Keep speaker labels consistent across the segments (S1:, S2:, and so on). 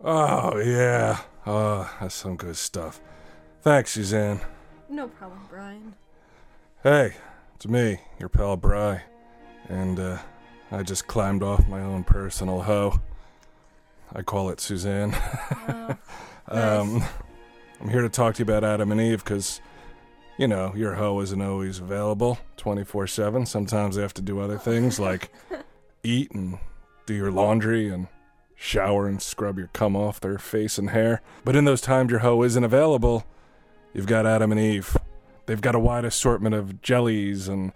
S1: Oh, yeah. Oh, that's some good stuff. Thanks, Suzanne.
S2: No problem, Brian.
S1: Hey, it's me, your pal Bry. And, uh, I just climbed off my own personal hoe. I call it Suzanne.
S2: Oh,
S1: Um, I'm here to talk to you about Adam and Eve because, you know, your hoe isn't always available 24 7. Sometimes they have to do other things like eat and do your laundry and shower and scrub your cum off their face and hair. But in those times your hoe isn't available, you've got Adam and Eve. They've got a wide assortment of jellies and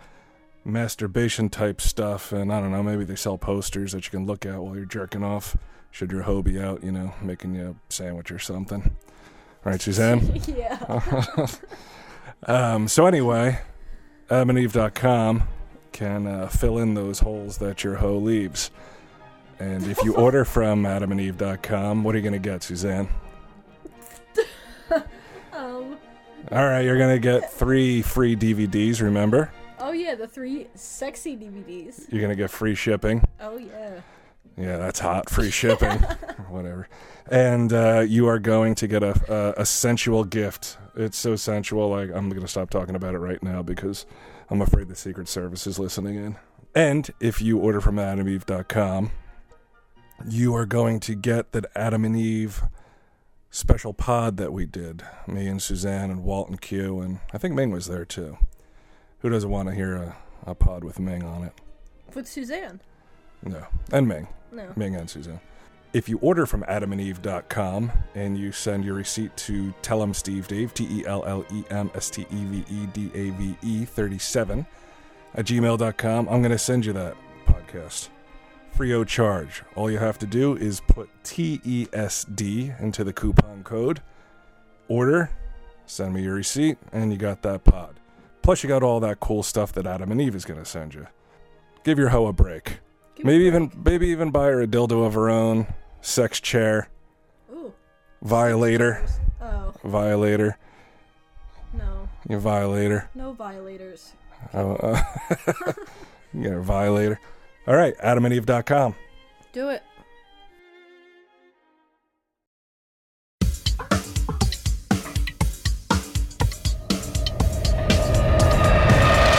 S1: masturbation type stuff. And I don't know, maybe they sell posters that you can look at while you're jerking off. Should your hoe be out, you know, making you a sandwich or something. Right, Suzanne?
S2: Um, yeah.
S1: um, so anyway, adamandeve.com can uh, fill in those holes that your hoe leaves. And if you order from adamandeve.com, what are you going to get, Suzanne?
S2: Um.
S1: All right, you're going to get three free DVDs, remember?
S2: Oh yeah, the three sexy DVDs.
S1: You're going to get free shipping.
S2: Oh yeah.
S1: Yeah, that's hot. Free shipping, whatever. And uh, you are going to get a, a a sensual gift. It's so sensual. Like I'm going to stop talking about it right now because I'm afraid the Secret Service is listening in. And if you order from AdamEve.com, you are going to get that Adam and Eve special pod that we did. Me and Suzanne and Walt and Q and I think Ming was there too. Who doesn't want to hear a, a pod with Ming on it?
S2: With Suzanne.
S1: No, and Ming.
S2: No.
S1: Ming and Suzanne. If you order from adamandeve.com and you send your receipt to Tell 'em Steve Dave, T E L L E M S T E V E D A V E 37 at gmail.com, I'm going to send you that podcast. Free of charge. All you have to do is put T E S D into the coupon code, order, send me your receipt, and you got that pod. Plus, you got all that cool stuff that Adam and Eve is going to send you. Give your hoe a break.
S2: Give me
S1: Maybe
S2: a
S1: even
S2: break.
S1: maybe even buy her a dildo of her own, sex chair,
S2: Ooh.
S1: violator,
S2: Oh
S1: violator,
S2: no,
S1: you violator,
S2: no violators.
S1: uh, uh, yeah, violator. All right, AdamAndEve.com.
S2: Do it.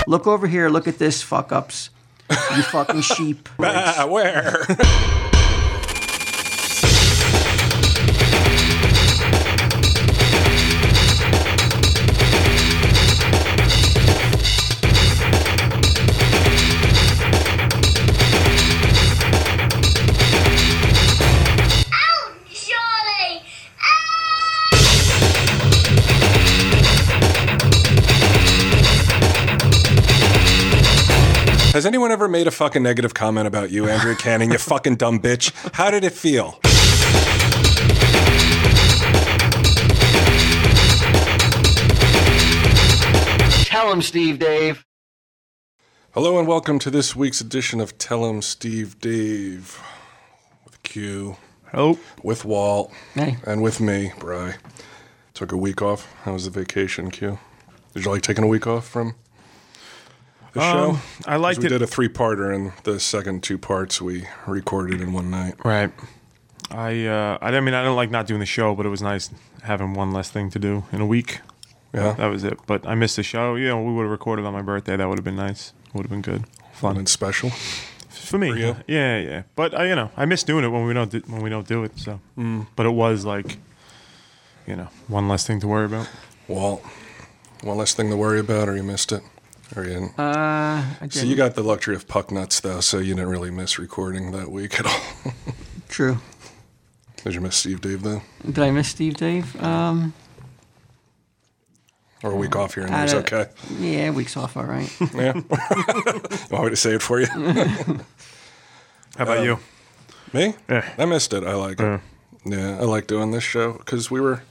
S3: Look over here. Look at this fuck ups. You fucking sheep.
S1: Ah, where?
S4: Out, surely!
S1: Has anyone ever made a fucking negative comment about you, Andrew Canning? You fucking dumb bitch. How did it feel?
S3: Tell him, Steve Dave.
S1: Hello and welcome to this week's edition of Tell 'em Steve Dave with Q,
S3: Oh.
S1: with Walt,
S3: Hey.
S1: and with me, Bry. Took a week off. How was the vacation, Q? Did you like taking a week off from the show?
S5: Um, I
S1: 'Cause
S5: liked
S1: we
S5: it.
S1: did a three-parter, and the second two parts we recorded in one night.
S5: right. I uh, I didn't mean I didn't like not doing the show, but it was nice having one less thing to do in a week.
S1: Yeah,
S5: That was it. But I missed the show. You know, we would have recorded on my birthday. That would have been nice. Would have been good.
S1: fun
S5: Fun
S1: and special.
S5: for me.
S1: you?
S5: Yeah, yeah. But I, you know, I miss doing it when we don't do, when we don't do it. So,
S1: Mm.
S5: but it was like, you know, one less thing to worry about.
S1: Walt, one less thing to worry about, or you missed it, or you didn't.
S3: Uh, I
S1: so you got the luxury of puck nuts, though, so you didn't really miss recording that week at all.
S3: True.
S1: Did you miss Steve Dave though,
S3: Did I miss Steve Dave? Um,
S1: or a week off here and it was
S3: Oh, I don't-
S1: okay?
S3: yeah, week's off, all right.
S1: Yeah, want me to say it for you?
S5: How
S1: Um,
S5: about you?
S1: Me?
S5: Yeah.
S1: I missed it. I like it. Yeah, I like doing this show because we were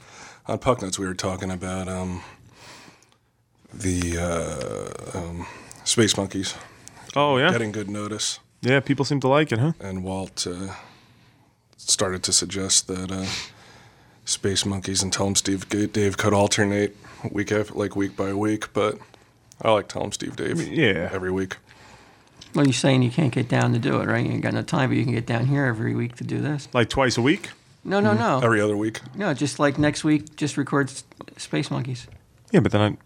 S1: on Pucknuts. We were talking about um, the uh, um, Space Monkeys
S5: Oh yeah,
S1: getting good notice,
S5: yeah. People seem to like it, huh?
S1: and Walt uh, started to suggest that uh, Space Monkeys and Tell 'em Steve G- Dave could alternate week after, like week by week. But I like Tell 'em Steve Dave.
S5: Yeah.
S1: every week.
S3: Well, you're saying you can't get down to do it, right? You ain't got no time, but you can get down here every week to do this.
S5: Like twice a week.
S3: No, no, no.
S1: Mm-hmm. every other week.
S3: No, just like next week, just record S- Space Monkeys.
S5: Yeah, but then I.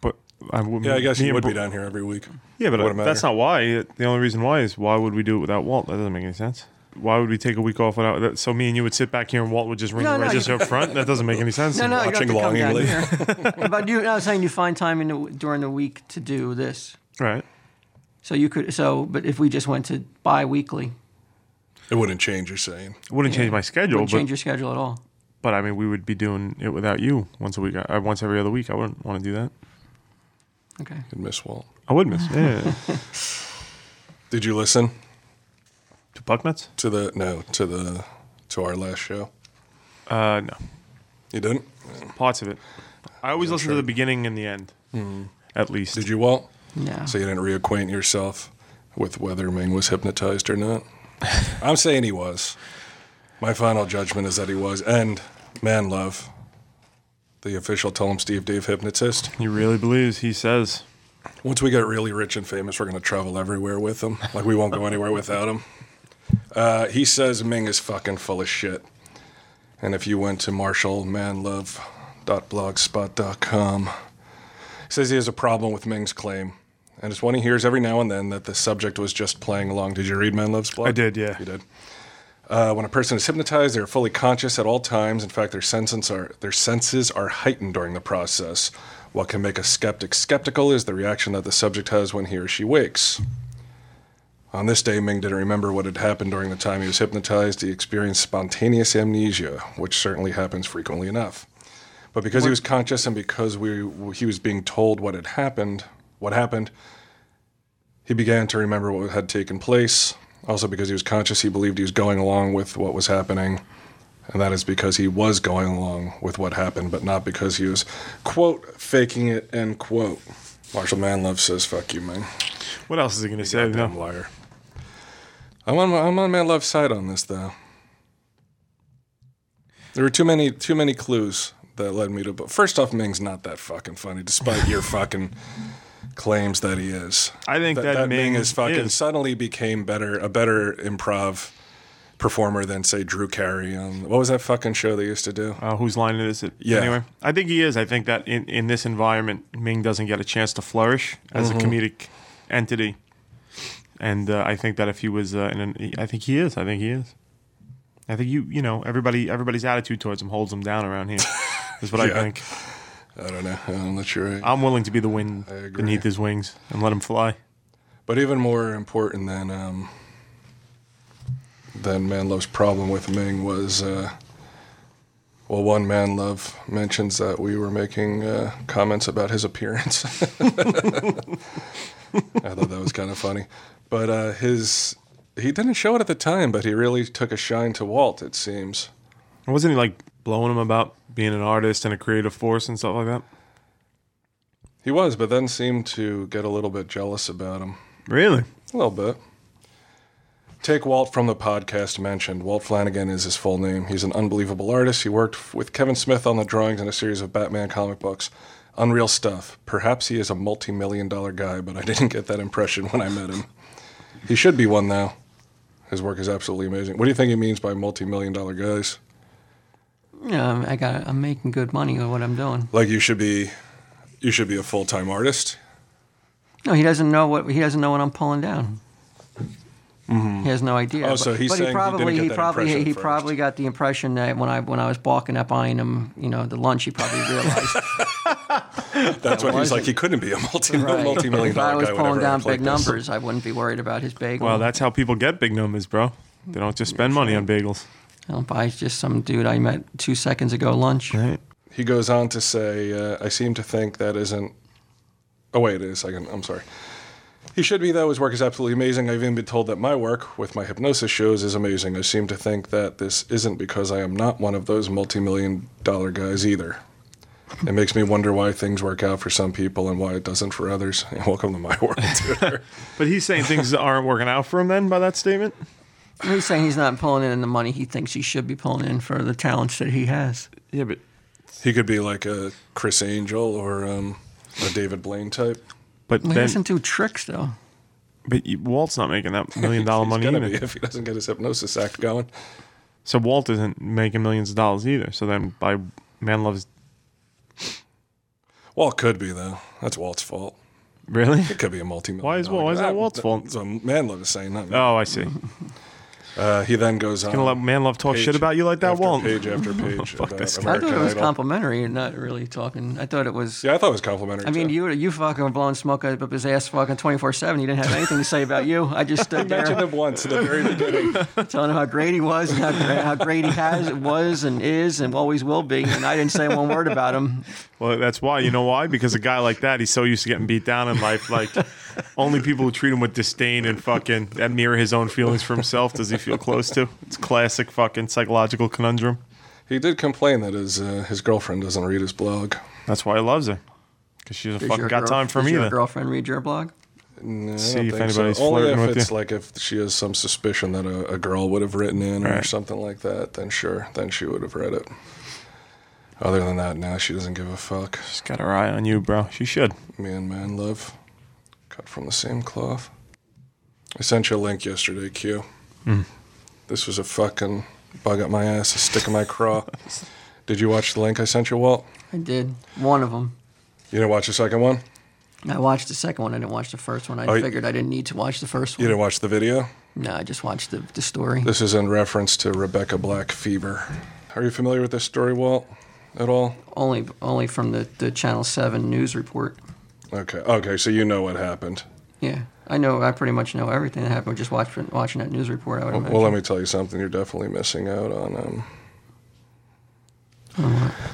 S5: But I wouldn't.
S1: Yeah, I guess
S5: me
S1: you
S5: and
S1: would be
S5: Bro-
S1: down here every week.
S5: Yeah, but
S1: Wouldn't
S5: that's
S1: matter.
S5: not why. The only reason why is why would we do it without Walt? That doesn't make any sense. Why would we take a week off without that? So me and you would sit back here and Walt would just ring
S3: No,
S5: the
S3: no,
S5: register
S3: you-
S5: up front? That doesn't make any sense.
S3: No, no, you don't
S1: Watching
S3: have to come down
S1: longingly.
S3: here. but you, I was saying you find time in the, during the week to do this.
S5: Right.
S3: So you could. So, but if we just went to bi-weekly,
S1: It wouldn't change. You're saying
S5: It wouldn't change my schedule,
S3: wouldn't
S5: but,
S3: change your schedule at all.
S5: but I mean, we would be doing it without you once a week, uh, once every other week. I wouldn't want to do that.
S3: Okay.
S1: you'd miss Walt.
S5: I would miss. Yeah. yeah.
S1: Did you listen
S5: to Bucknuts?
S1: to the no to the to our last show?
S5: Uh, no.
S1: You didn't.
S5: Parts of it. I always listen
S1: sure. Mm-hmm.
S5: to the beginning and the end, at least.
S1: Did you, Walt?
S3: No.
S1: So you didn't reacquaint yourself with whether Ming was hypnotized or not? I'm saying he was. My final judgment is that he was. And man love, the official Tell Him Steve Dave hypnotist.
S5: He really believes. He says.
S1: Once we get really rich and famous, we're going to travel everywhere with him. Like, we won't go anywhere without him. Uh, he says Ming is fucking full of shit. And if you went to marshallmanlove.blogspot.com, he says he has a problem with Ming's claim. And it's one he hears every now and then that the subject was just playing along. Did you read Man Love's blog?
S5: I did, yeah.
S1: You did. Uh, when a person is hypnotized, they are fully conscious at all times. In fact, their senses are their senses are heightened during the process. What can make a skeptic skeptical is the reaction that the subject has when he or she wakes. On this day, Ming didn't remember what had happened during the time he was hypnotized. He experienced spontaneous amnesia, which certainly happens frequently enough. But because he was conscious and because we, he was being told what had happened, what happened, he began to remember what had taken place. Also, because he was conscious, he believed he was going along with what was happening. And that is because he was going along with what happened, but not because he was, quote, faking it, end quote. Marshall Manlove says, fuck you, Ming.
S5: What else is he going to say?
S1: Damn
S5: No.
S1: liar. I'm on I'm on my left side on this though. There were too many too many clues that led me to. But first off, Ming's not that fucking funny, despite your fucking claims that he is.
S5: I think
S1: That,
S5: that,
S1: that Ming is fucking
S5: is.
S1: suddenly became better a better improv performer than say Drew Carey on what was that fucking show they used to do?
S5: uh, whose line it is. It,
S1: Yeah.
S5: Anyway, I think he is. I think that in, in this environment, Ming doesn't get a chance to flourish as
S1: Mm-hmm.
S5: a comedic entity. And uh, I think that if he was, uh, in an, I think he is. I think he is. I think you, you know, everybody, everybody's attitude towards him holds him down around here. Is what
S1: Yeah.
S5: I think.
S1: I don't know. I'm not sure.
S5: I'm willing to be the wind
S1: agree.
S5: beneath his wings and let him fly.
S1: But even more important than um, than Manlove's problem with Ming was, uh, well, one Manlove mentions that we were making uh, comments about his appearance. I thought that was kind of funny, but uh, his he didn't show it at the time, but he really took a shine to Walt. It seems.
S5: Wasn't he like blowing him about being an artist and a creative force and stuff like that?
S1: He was, but then seemed to get a little bit jealous about him.
S5: Really?
S1: A little bit. Take Walt from the podcast mentioned. Walt Flanagan is his full name. He's an unbelievable artist. He worked f- with Kevin Smith on the drawings in a series of Batman comic books. Unreal stuff. Perhaps he is a multi million dollar guy, but I didn't get that impression when I met him. He should be one now. His work is absolutely amazing. What do you think he means by multi million dollar guys?
S3: Yeah, I got. I'm making good money with what I'm doing.
S1: Like you should be you should be a full time artist.
S3: No, he doesn't know what he doesn't know what I'm pulling down. He has no idea.
S1: Oh, so he's
S3: but
S1: saying
S3: he
S1: he
S3: probably
S1: didn't get
S3: he
S1: that
S3: probably
S1: impression
S3: he
S1: first.
S3: probably got the impression that when I when I was balking up eyeing him, you know, the lunch, he probably realized.
S1: That's what he was
S3: wasn't-
S1: like. He couldn't be a multi
S3: right.
S1: multi million
S3: if I
S1: dollar
S3: was
S1: guy.
S3: pulling
S1: whenever
S3: down
S1: looked like
S3: big
S1: this.
S3: numbers, I wouldn't be worried about his bagel.
S5: Well, that's how people get big numbers, bro. They don't just spend money on bagels.
S3: I don't buy just some dude I met two seconds ago lunch.
S5: Right.
S1: he goes on to say, uh, I seem to think that isn't. Oh, wait a second. I'm sorry. He should be, though. His work is absolutely amazing. I've even been told that my work with my hypnosis shows is amazing. I seem to think that this isn't because I am not one of those multi million dollar guys either. It makes me wonder why things work out for some people and why it doesn't for others. And welcome to my world, Twitter.
S5: But he's saying things that aren't working out for him then by that statement?
S3: He's saying he's not pulling in the money he thinks he should be pulling in for the talents that he has.
S5: Yeah, but
S1: he could be like a Chris Angel or um, a David Blaine type.
S5: but
S3: He
S5: then,
S3: doesn't do tricks though.
S5: but you- Walt's not making that million dollar
S1: He's
S5: money
S1: gonna
S5: either.
S1: be if he doesn't get his hypnosis act going.
S5: So Walt isn't making millions of dollars either. So then by Man Loves
S1: Walt could be though. That's Walt's fault.
S5: Really?
S1: It could be a multi-million.
S5: Why is-
S1: dollar-
S5: why is that
S1: Ah,
S5: Walt's fault?
S1: So Manlove is saying that.
S5: Oh, I see.
S1: Uh, he then goes on.
S5: Gonna let Man Love talk
S1: page
S5: shit about you like that,
S1: after
S5: Walt.
S1: Page after page.
S5: Fuck
S1: about
S5: this guy.
S3: I thought
S1: American
S3: it was
S1: Idol.
S3: complimentary and not really talking. I thought it was.
S1: Yeah, I thought it was complimentary.
S3: I mean,
S1: too.
S3: you you fucking were blowing smoke up his ass fucking 24 7. You didn't have anything to say about you. I just stood
S1: mentioned
S3: there
S1: him once at the very beginning.
S3: telling him how great he was and how, gra- how great he has, was, and is, and always will be. And I didn't say one word about him.
S5: Well, that's why. You know why? Because a guy like that, he's so used to getting beat down in life. Like, only people who treat him with disdain and fucking that mirror his own feelings for himself does he feel close to. It's classic fucking psychological conundrum.
S1: He did complain that his uh, his girlfriend doesn't read his blog.
S5: That's why he loves her. Because she doesn't
S3: Does
S5: fucking
S3: your
S5: got
S3: girl-
S5: time for
S3: does
S5: me.
S3: Your
S5: then.
S3: girlfriend read your blog?
S1: No, I
S5: See
S1: don't
S5: if
S1: think
S5: anybody's
S1: so. Only
S5: flirting
S1: if
S5: with
S1: it's
S5: you.
S1: like if she has some suspicion that a, a girl would have written in or
S5: Right.
S1: something like that, then sure, then she would have read it. Other than that, now she doesn't give a fuck.
S5: She's got her eye on you, bro. She should.
S1: Me and man love, cut from the same cloth. I sent you a link yesterday, Q.
S3: Hmm.
S1: This was a fucking bug up my ass, a stick in my craw. Did you watch the link I sent you, Walt?
S3: I did. One of them.
S1: You didn't watch the second one?
S3: I watched the second one. I didn't watch the first one. I
S1: Oh, you-
S3: figured I didn't need to watch the first
S1: You
S3: one.
S1: didn't watch the video?
S3: No, I just watched the, the story.
S1: This is in reference to Rebecca Black fever. Are you familiar with this story, Walt, at all?
S3: Only only from the, the Channel 7 news report.
S1: Okay, okay, so you know what happened.
S3: Yeah. I know. I pretty much know everything that happened just watch, watching that news report. I would imagine.
S1: Well, let me tell you something you're definitely missing out on. Um,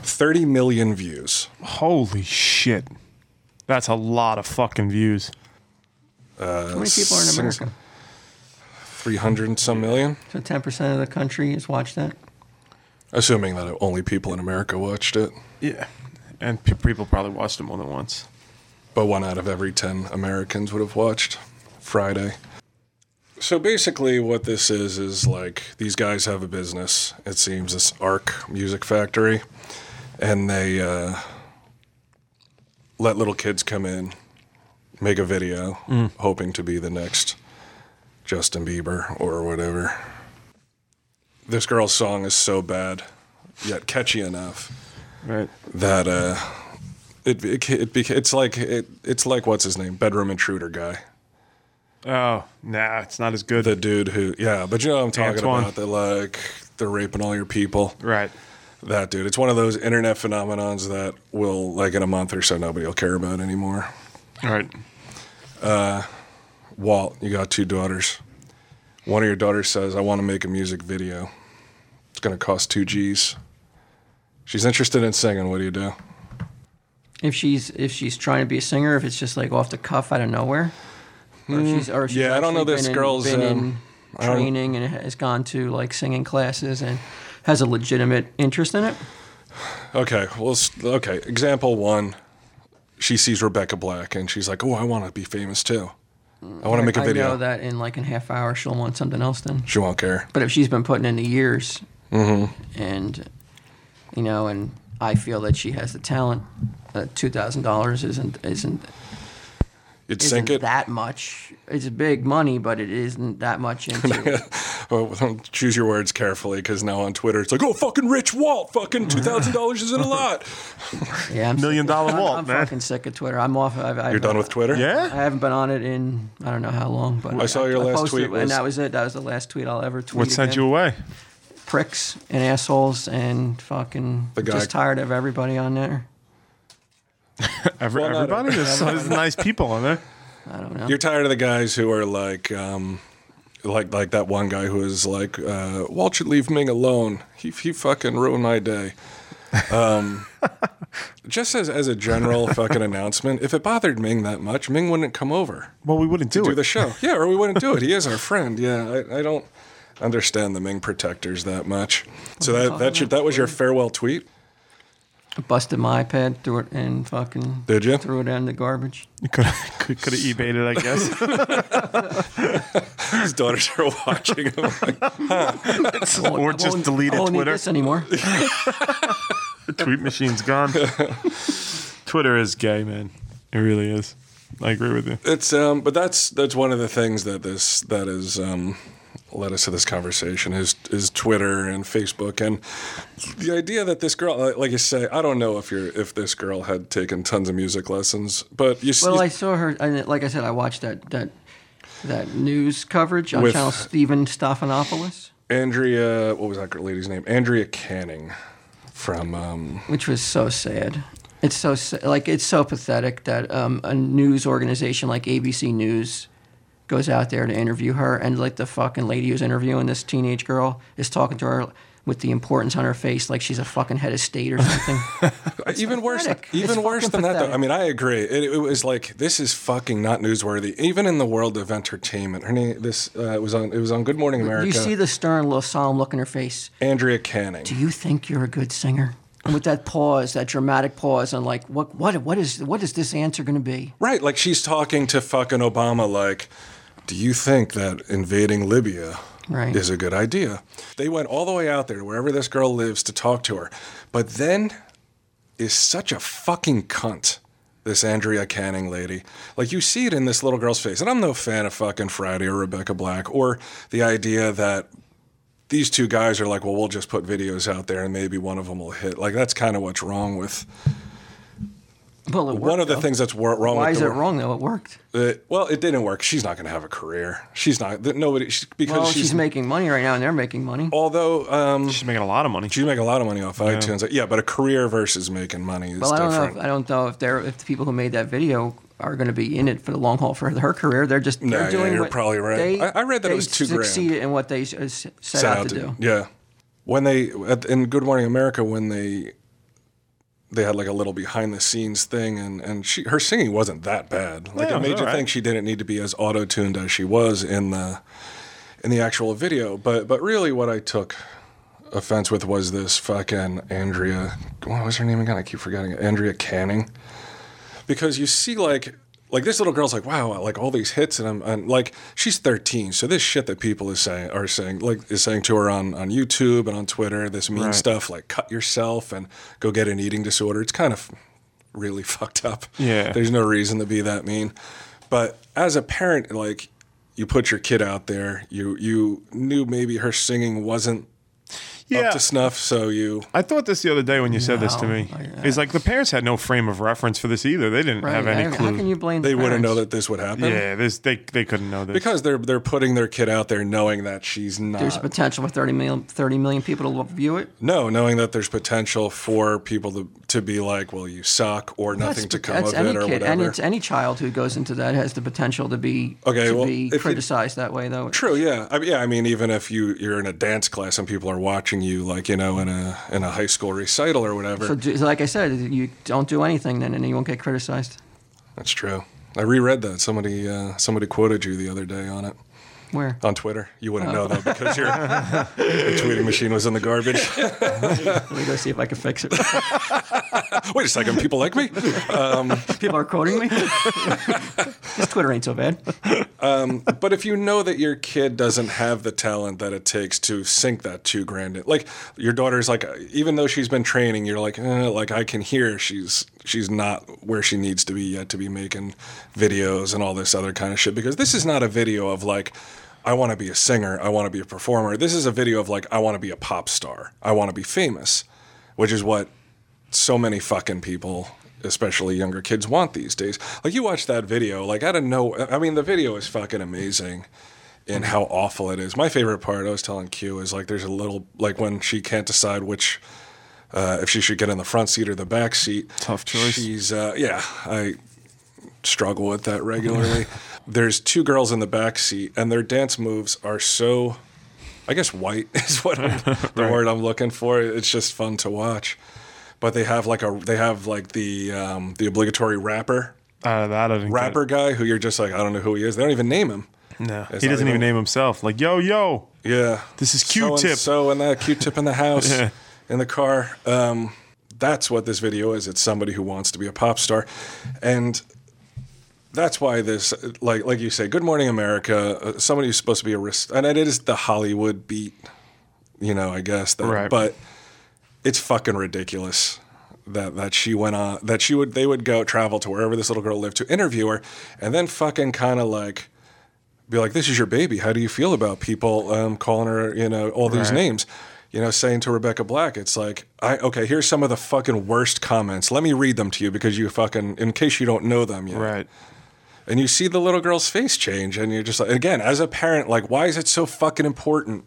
S1: 30 million views.
S5: Holy shit. That's a lot of fucking views.
S3: How
S1: Uh,
S3: many people are in
S1: sings-
S3: America?
S1: 300 and some million?
S3: So 10% of the country has watched that?
S1: Assuming that only people in America watched it.
S5: Yeah. And pe- people probably watched it more than once.
S1: but one out of every 10 Americans would have watched Friday. So basically, what this is is like these guys have a business, it seems, this ARC music factory, and they uh, let little kids come in, make a video, hoping to be the next Justin Bieber or whatever. This girl's song is so bad, yet catchy enough
S5: Right.
S1: that uh it, it, it beca- it's like it, it's like what's his name bedroom intruder guy
S5: Oh, nah, it's not as good.
S1: the dude who yeah but you know what i'm talking
S5: Antoine.
S1: about they're like they're raping all your people
S5: right.
S1: that dude it's one of those internet phenomenons that will like in a month or so nobody will care about anymore
S5: All right.
S1: walt you got two daughters one of your daughters says i want to make a music video it's going to cost two g's she's interested in singing what do you do
S3: If she's if she's trying to be a singer, if it's just like off the cuff out of nowhere, or if she's, or if
S1: Hmm.
S3: she's
S1: yeah, I don't know
S3: actually
S1: this
S3: been in-
S1: girl's,
S3: been
S1: um, I
S3: in
S1: don't-
S3: training and has gone to like singing classes and has a legitimate interest in it.
S1: Okay. Well, s- okay. Example one. She sees Rebecca Black and she's like, "Oh, I want to be famous too. I want to make a
S3: Mm, I know
S1: video."
S3: that in like in half hour she'll want something else then.
S1: She won't care.
S3: But if she's been putting in the years,
S1: Mm-hmm.
S3: and you know, and I feel that she has the talent, uh, two thousand dollars isn't isn't
S1: You'd
S3: isn't
S1: sink it.
S3: that much. It's big money, but it isn't that much into it.
S1: Oh, choose your words carefully because now on Twitter it's like, "Oh, fucking rich Walt, fucking two thousand dollars isn't a lot."
S3: Yeah, I'm
S5: Million
S3: sick-
S5: dollar
S3: I'm-
S5: wall,
S3: I'm
S5: man.
S3: fucking sick of Twitter. I'm off. I've, I've,
S1: You're done with Twitter.
S3: I
S5: Yeah?
S3: haven't been on it in I don't know how long, but
S1: I saw your last
S3: posted
S1: tweet
S3: it,
S1: was-
S3: and that was it. That was the last tweet I'll ever tweet.
S5: What sent
S3: again.
S5: you away?
S3: Pricks and assholes and fucking
S1: The guy-
S3: just tired of everybody on there.
S5: Every,
S1: Well, not
S5: everybody? There's, there's nice people on there.
S3: I don't know.
S1: You're tired of the guys who are like, um, like, like that one guy who is like, uh, "Walt should leave Ming alone. He he fucking ruined my day." Um, just as as a general fucking announcement, if it bothered Ming that much, Ming wouldn't come over.
S5: Well, we wouldn't do
S1: do
S5: it.
S1: the show. Yeah, or we wouldn't do it. He is our friend. Yeah, I, I don't understand the Ming protectors that much. So that that's your, that was your farewell tweet,
S3: I busted my iPad, threw it and fucking
S1: did you?
S3: threw it in the garbage.
S5: You could have could have eBayed it, I guess.
S1: His daughters are watching him.
S5: or just deleted
S3: I won't need
S5: Twitter.
S3: this anymore.
S5: The tweet machine's gone. Twitter is gay, man. It really is. I agree with you.
S1: It's um, but that's that's one of the things that this that is um, led us to this conversation is is Twitter and Facebook, and the idea that this girl, like- like you say, I don't know if you're if this girl had taken tons of music lessons, but you
S3: Well,
S1: you-
S3: I saw her, and like I said, I watched that that that news coverage on
S1: With-
S3: Channel Stephen Stephanopoulos,
S1: Andrea, what was that girl- lady's name? Andrea Canning from um,
S3: which was so sad. It's so sa- like it's so pathetic that um, a news organization like ABC News goes out there to interview her, and like the fucking lady who's interviewing this teenage girl is talking to her with the importance on her face, like she's a fucking head of state or something.
S1: even worse,
S3: pathetic.
S1: even
S3: It's
S1: worse
S3: fucking
S1: than that. Though. I mean,
S3: pathetic.
S1: I agree. It, it was like this is fucking not newsworthy, even in the world of entertainment. Her name, this uh, it was on it was on Good Morning America.
S3: you see the stern, little solemn look in her face.
S1: Andrea Canning.
S3: Do you think you're a good singer? And with that pause, that dramatic pause, on like, what, what, what is, what is this answer going to be?
S1: Right, like she's talking to fucking Obama like, do you think that invading Libya
S3: Right.
S1: is a good idea? They went all the way out there, wherever this girl lives, to talk to her. But then is such a fucking cunt, this Andrea Canning lady. Like you see it in this little girl's face. And I'm no fan of fucking Friday or Rebecca Black or the idea that these two guys are like, well, we'll just put videos out there and maybe one of them will hit. Like that's kind of what's wrong with
S3: Well, it worked,
S1: one of the
S3: though.
S1: things that's wor- wrong
S3: Why
S1: with
S3: is
S1: the
S3: it
S1: wor-
S3: wrong though? It worked.
S1: uh, well, it didn't work. She's not going to have a career. She's not. th- Nobody. She, because
S3: Well,
S1: she's,
S3: she's making money right now, and they're making money.
S1: Although um,
S5: She's making a lot of money.
S1: she's making a lot of money off iTunes. Yeah, but a career versus making money is
S3: Well, I don't know.
S1: different.
S3: If, I don't know if they're if the people who made that video are going to be in it for the long haul for her career. They're just
S1: No,
S3: they're
S1: yeah,
S3: doing
S1: you're
S3: what
S1: probably right.
S3: They,
S1: I- I read that it
S3: they
S1: was two grand.
S3: succeeded in what they s- uh, s- set
S1: Set
S3: out to do.
S1: Yeah. When they at, in Good Morning America, when they they had like a little behind the scenes thing, and and she her singing wasn't that bad. Like it
S5: Yeah, it was
S1: made you
S5: all right.
S1: think she didn't need to be as auto tuned as she was in the in the actual video. But but really, what I took offense with was this fucking Andrea. What was her name again? I keep forgetting it. Andrea Canning. Because you see, like, like this little girl's like, wow, like all these hits, and I'm and like, she's 13, so this shit that people is saying are saying like is saying to her on on YouTube and on Twitter, this mean stuff like cut yourself and go get an eating disorder. It's kind of really fucked up.
S5: Yeah.
S1: there's no reason to be that mean. But as a parent, like, you put your kid out there. You you knew maybe her singing wasn't
S5: yeah,
S1: up to snuff. So you,
S5: I thought this the other day when you said this to
S3: No,
S5: me.
S3: I-
S5: it's like the parents had no frame of reference for this either. They didn't
S3: Right?
S5: have any
S3: I-
S5: clue.
S3: How can you blame?
S1: they
S3: the
S1: wouldn't know
S3: parents?
S1: that this would happen.
S5: yeah, this they they couldn't know this.
S1: because they're they're putting their kid out there knowing that she's not
S3: There's a potential for 30 million, 30 million people to view it.
S1: no knowing that there's potential for people to to be like well you suck or nothing to come
S3: that's
S1: of
S3: any
S1: it or
S3: kid,
S1: whatever
S3: and it's any child who goes into that has the potential to be
S1: Okay,
S3: to
S1: well,
S3: be
S1: if you-
S3: criticized that way, though.
S1: True, yeah, I mean, yeah. I mean, even if you you're in a dance class and people are watching you, like you know, in a in a high school recital or whatever,
S3: So, do, like I said, you don't do anything then, and you won't get criticized.
S1: that's true. I reread that somebody uh, somebody quoted you the other day on it
S3: Where?
S1: on Twitter. You wouldn't know though because your, your tweeting machine was in the garbage. Oh.
S3: Let me go see if I can fix it.
S1: Wait a second, people like me.
S3: People are quoting me. this Twitter ain't so bad.
S1: But if you know that your kid doesn't have the talent that it takes to sink that two grand, in, like your daughter's like, even though she's been training, you're like, eh, like I can hear she's she's not where she needs to be yet to be making videos and all this other kind of shit. Because this is not a video of like, I want to be a singer, I want to be a performer. This is a video of like, I want to be a pop star, I want to be famous, which is what so many fucking people especially younger kids want these days like you watch that video like i don't know i mean the video is fucking amazing in how awful it is my favorite part i was telling q is like there's a little like when she can't decide which uh, if she should get in the front seat or the back seat
S5: Tough choice.
S1: she's uh, yeah i struggle with that regularly there's two girls in the back seat and their dance moves are so i guess white is what I'm, the word i'm looking for it's just fun to watch but they have like a they have like the um, the obligatory rapper
S5: uh, that I didn't get.
S1: rapper guy who you're just like I don't know who he is. They don't even name him.
S5: No,
S1: It's
S5: he
S1: not
S5: doesn't even
S1: even-
S5: name himself. Like yo yo,
S1: Yeah,
S5: This is
S1: So
S5: Q-Tip.
S1: and so in that Q-tip in the house, in the car. Um, that's what this video is. It's somebody who wants to be a pop star, and that's why this like like you say, Good Morning America. Uh, somebody who's supposed to be a risk, and it is the Hollywood beat. You know, I guess that,
S5: Right.
S1: but it's fucking ridiculous that that she went on that she would they would go travel to wherever this little girl lived to interview her and then fucking kind of like be like, "This is your baby. How do you feel about people um, calling her, you know, all these
S5: Right.
S1: names?" You know, saying to Rebecca Black, it's like, I okay, here's some of the fucking worst comments. Let me read them to you because you fucking, in case you don't know them yet.
S5: Right.
S1: And you see the little girl's face change, and you're just like, again, as a parent, like, why is it so fucking important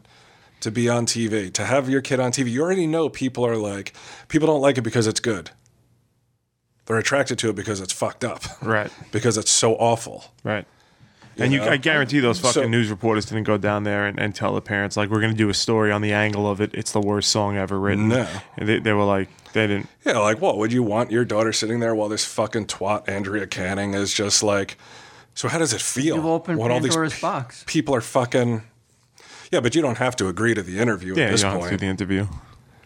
S1: to be on TV, to have your kid on TV? You already know people are like, people don't like it because it's good. They're attracted to it because it's fucked up,
S5: Right.
S1: because it's so awful.
S5: Right. and you,
S1: know?
S5: I guarantee those fucking
S1: So-
S5: news reporters didn't go down there and, and tell the parents like we're going to do a story on the angle of it. It's the worst song ever written.
S1: No.
S5: And they, they were like they didn't.
S1: Yeah, like, what would you want your daughter sitting there while this fucking twat Andrea Canning is just like? So how does it feel?
S3: You've opened
S1: when Oh, all
S3: Pandora's
S1: these pe-
S3: box.
S1: people are fucking. Yeah, but you don't have to agree to the interview
S5: Yeah,
S1: at
S5: you
S1: this
S5: don't have to do
S1: point.
S5: the interview.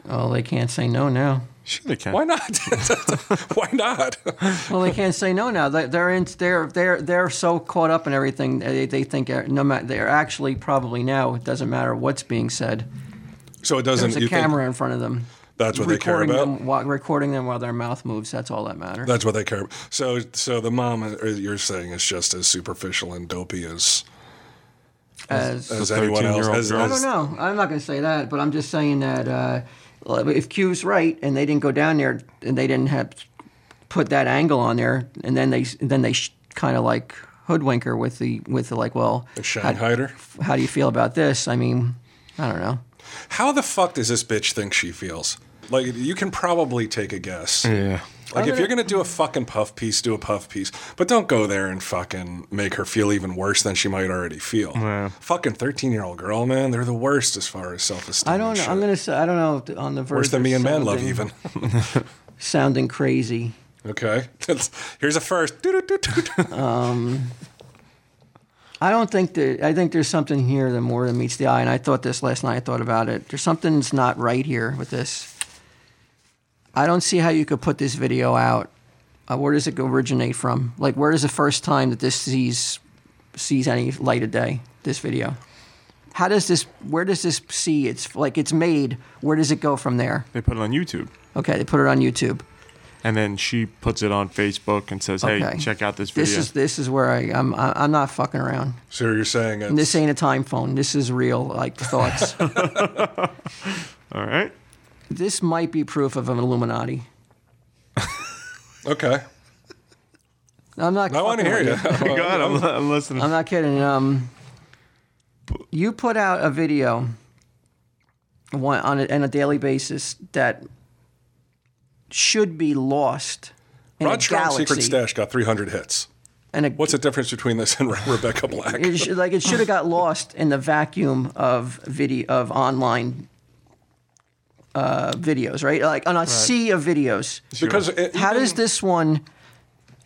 S3: Oh, they can't say no now.
S5: Sure, they can.
S1: Why not? Why not?
S3: Well, they can't say no now. They- They're in, they're they're they're so caught up in everything. They, they think uh, no matter they're actually probably now it doesn't matter what's being said.
S1: So it doesn't.
S3: There's a
S1: you think
S3: camera in front of them.
S1: that's what they care
S3: recording
S1: about.
S3: Them, while, recording them while their mouth moves. That's all that matters.
S1: That's what they care about. So, so the mom uh, you're saying is just as superficial and dopey as
S3: As,
S1: as
S5: The
S1: anyone else.
S5: 13-year-old
S1: As,
S5: girl.
S3: I don't
S1: as,
S3: know. I'm not going to say that, but I'm just saying that uh, if Q's right and they didn't go down there and they didn't have put that angle on there, and then they then they sh- kind of like hoodwink her with the with the like, well,
S1: as Shanghai.
S3: how do you feel about this? I mean, I don't know.
S1: How the fuck does this bitch think she feels? Like you can probably take a guess.
S5: Yeah.
S1: Like if you're gonna do a fucking puff piece, do a puff piece, but don't go there and fucking make her feel even worse than she might already feel. Fucking thirteen year old girl, man, they're the worst as far as self esteem.
S3: I don't. know. I'm going to say I don't know if on the verge
S1: worse than
S3: of
S1: me and man
S3: sounding-
S1: love even.
S3: sounding crazy.
S1: okay, here's a first.
S3: I don't think that. I think there's something here that more than meets the eye. And I thought this last night. I thought about it. There's something's not right here with this. I don't see how you could put this video out. Uh, where does it originate from? Like, where is the first time that this sees sees any light of day? This video. How does this? Where does this see? It's like it's made. Where does it go from there?
S5: They put it on YouTube,
S3: Okay, they put it on YouTube.
S5: and then she puts it on Facebook and says, "Hey,
S3: Okay.
S5: check out this video."
S3: This is this is where I I'm I- I'm not fucking around.
S1: so you're saying it's,
S3: This ain't a time phone. This is real like thoughts.
S5: All right.
S3: this might be proof of an Illuminati.
S1: okay?
S3: I'm not.
S1: I want to
S3: fucking
S1: hear
S3: with
S1: you.
S5: God, I'm, I'm listening.
S3: I'm not kidding. Um, you put out a video one, on a, on a daily basis that should be lost in
S1: Rod
S3: a
S1: Strong's
S3: galaxy.
S1: Secret Stash got 300 hits.
S3: and a,
S1: What's the difference between this and Rebecca Black?
S3: It should, like it should have got lost in the vacuum of video of online uh, videos, right? Like on a sea of videos.
S1: Because it,
S3: How does this one?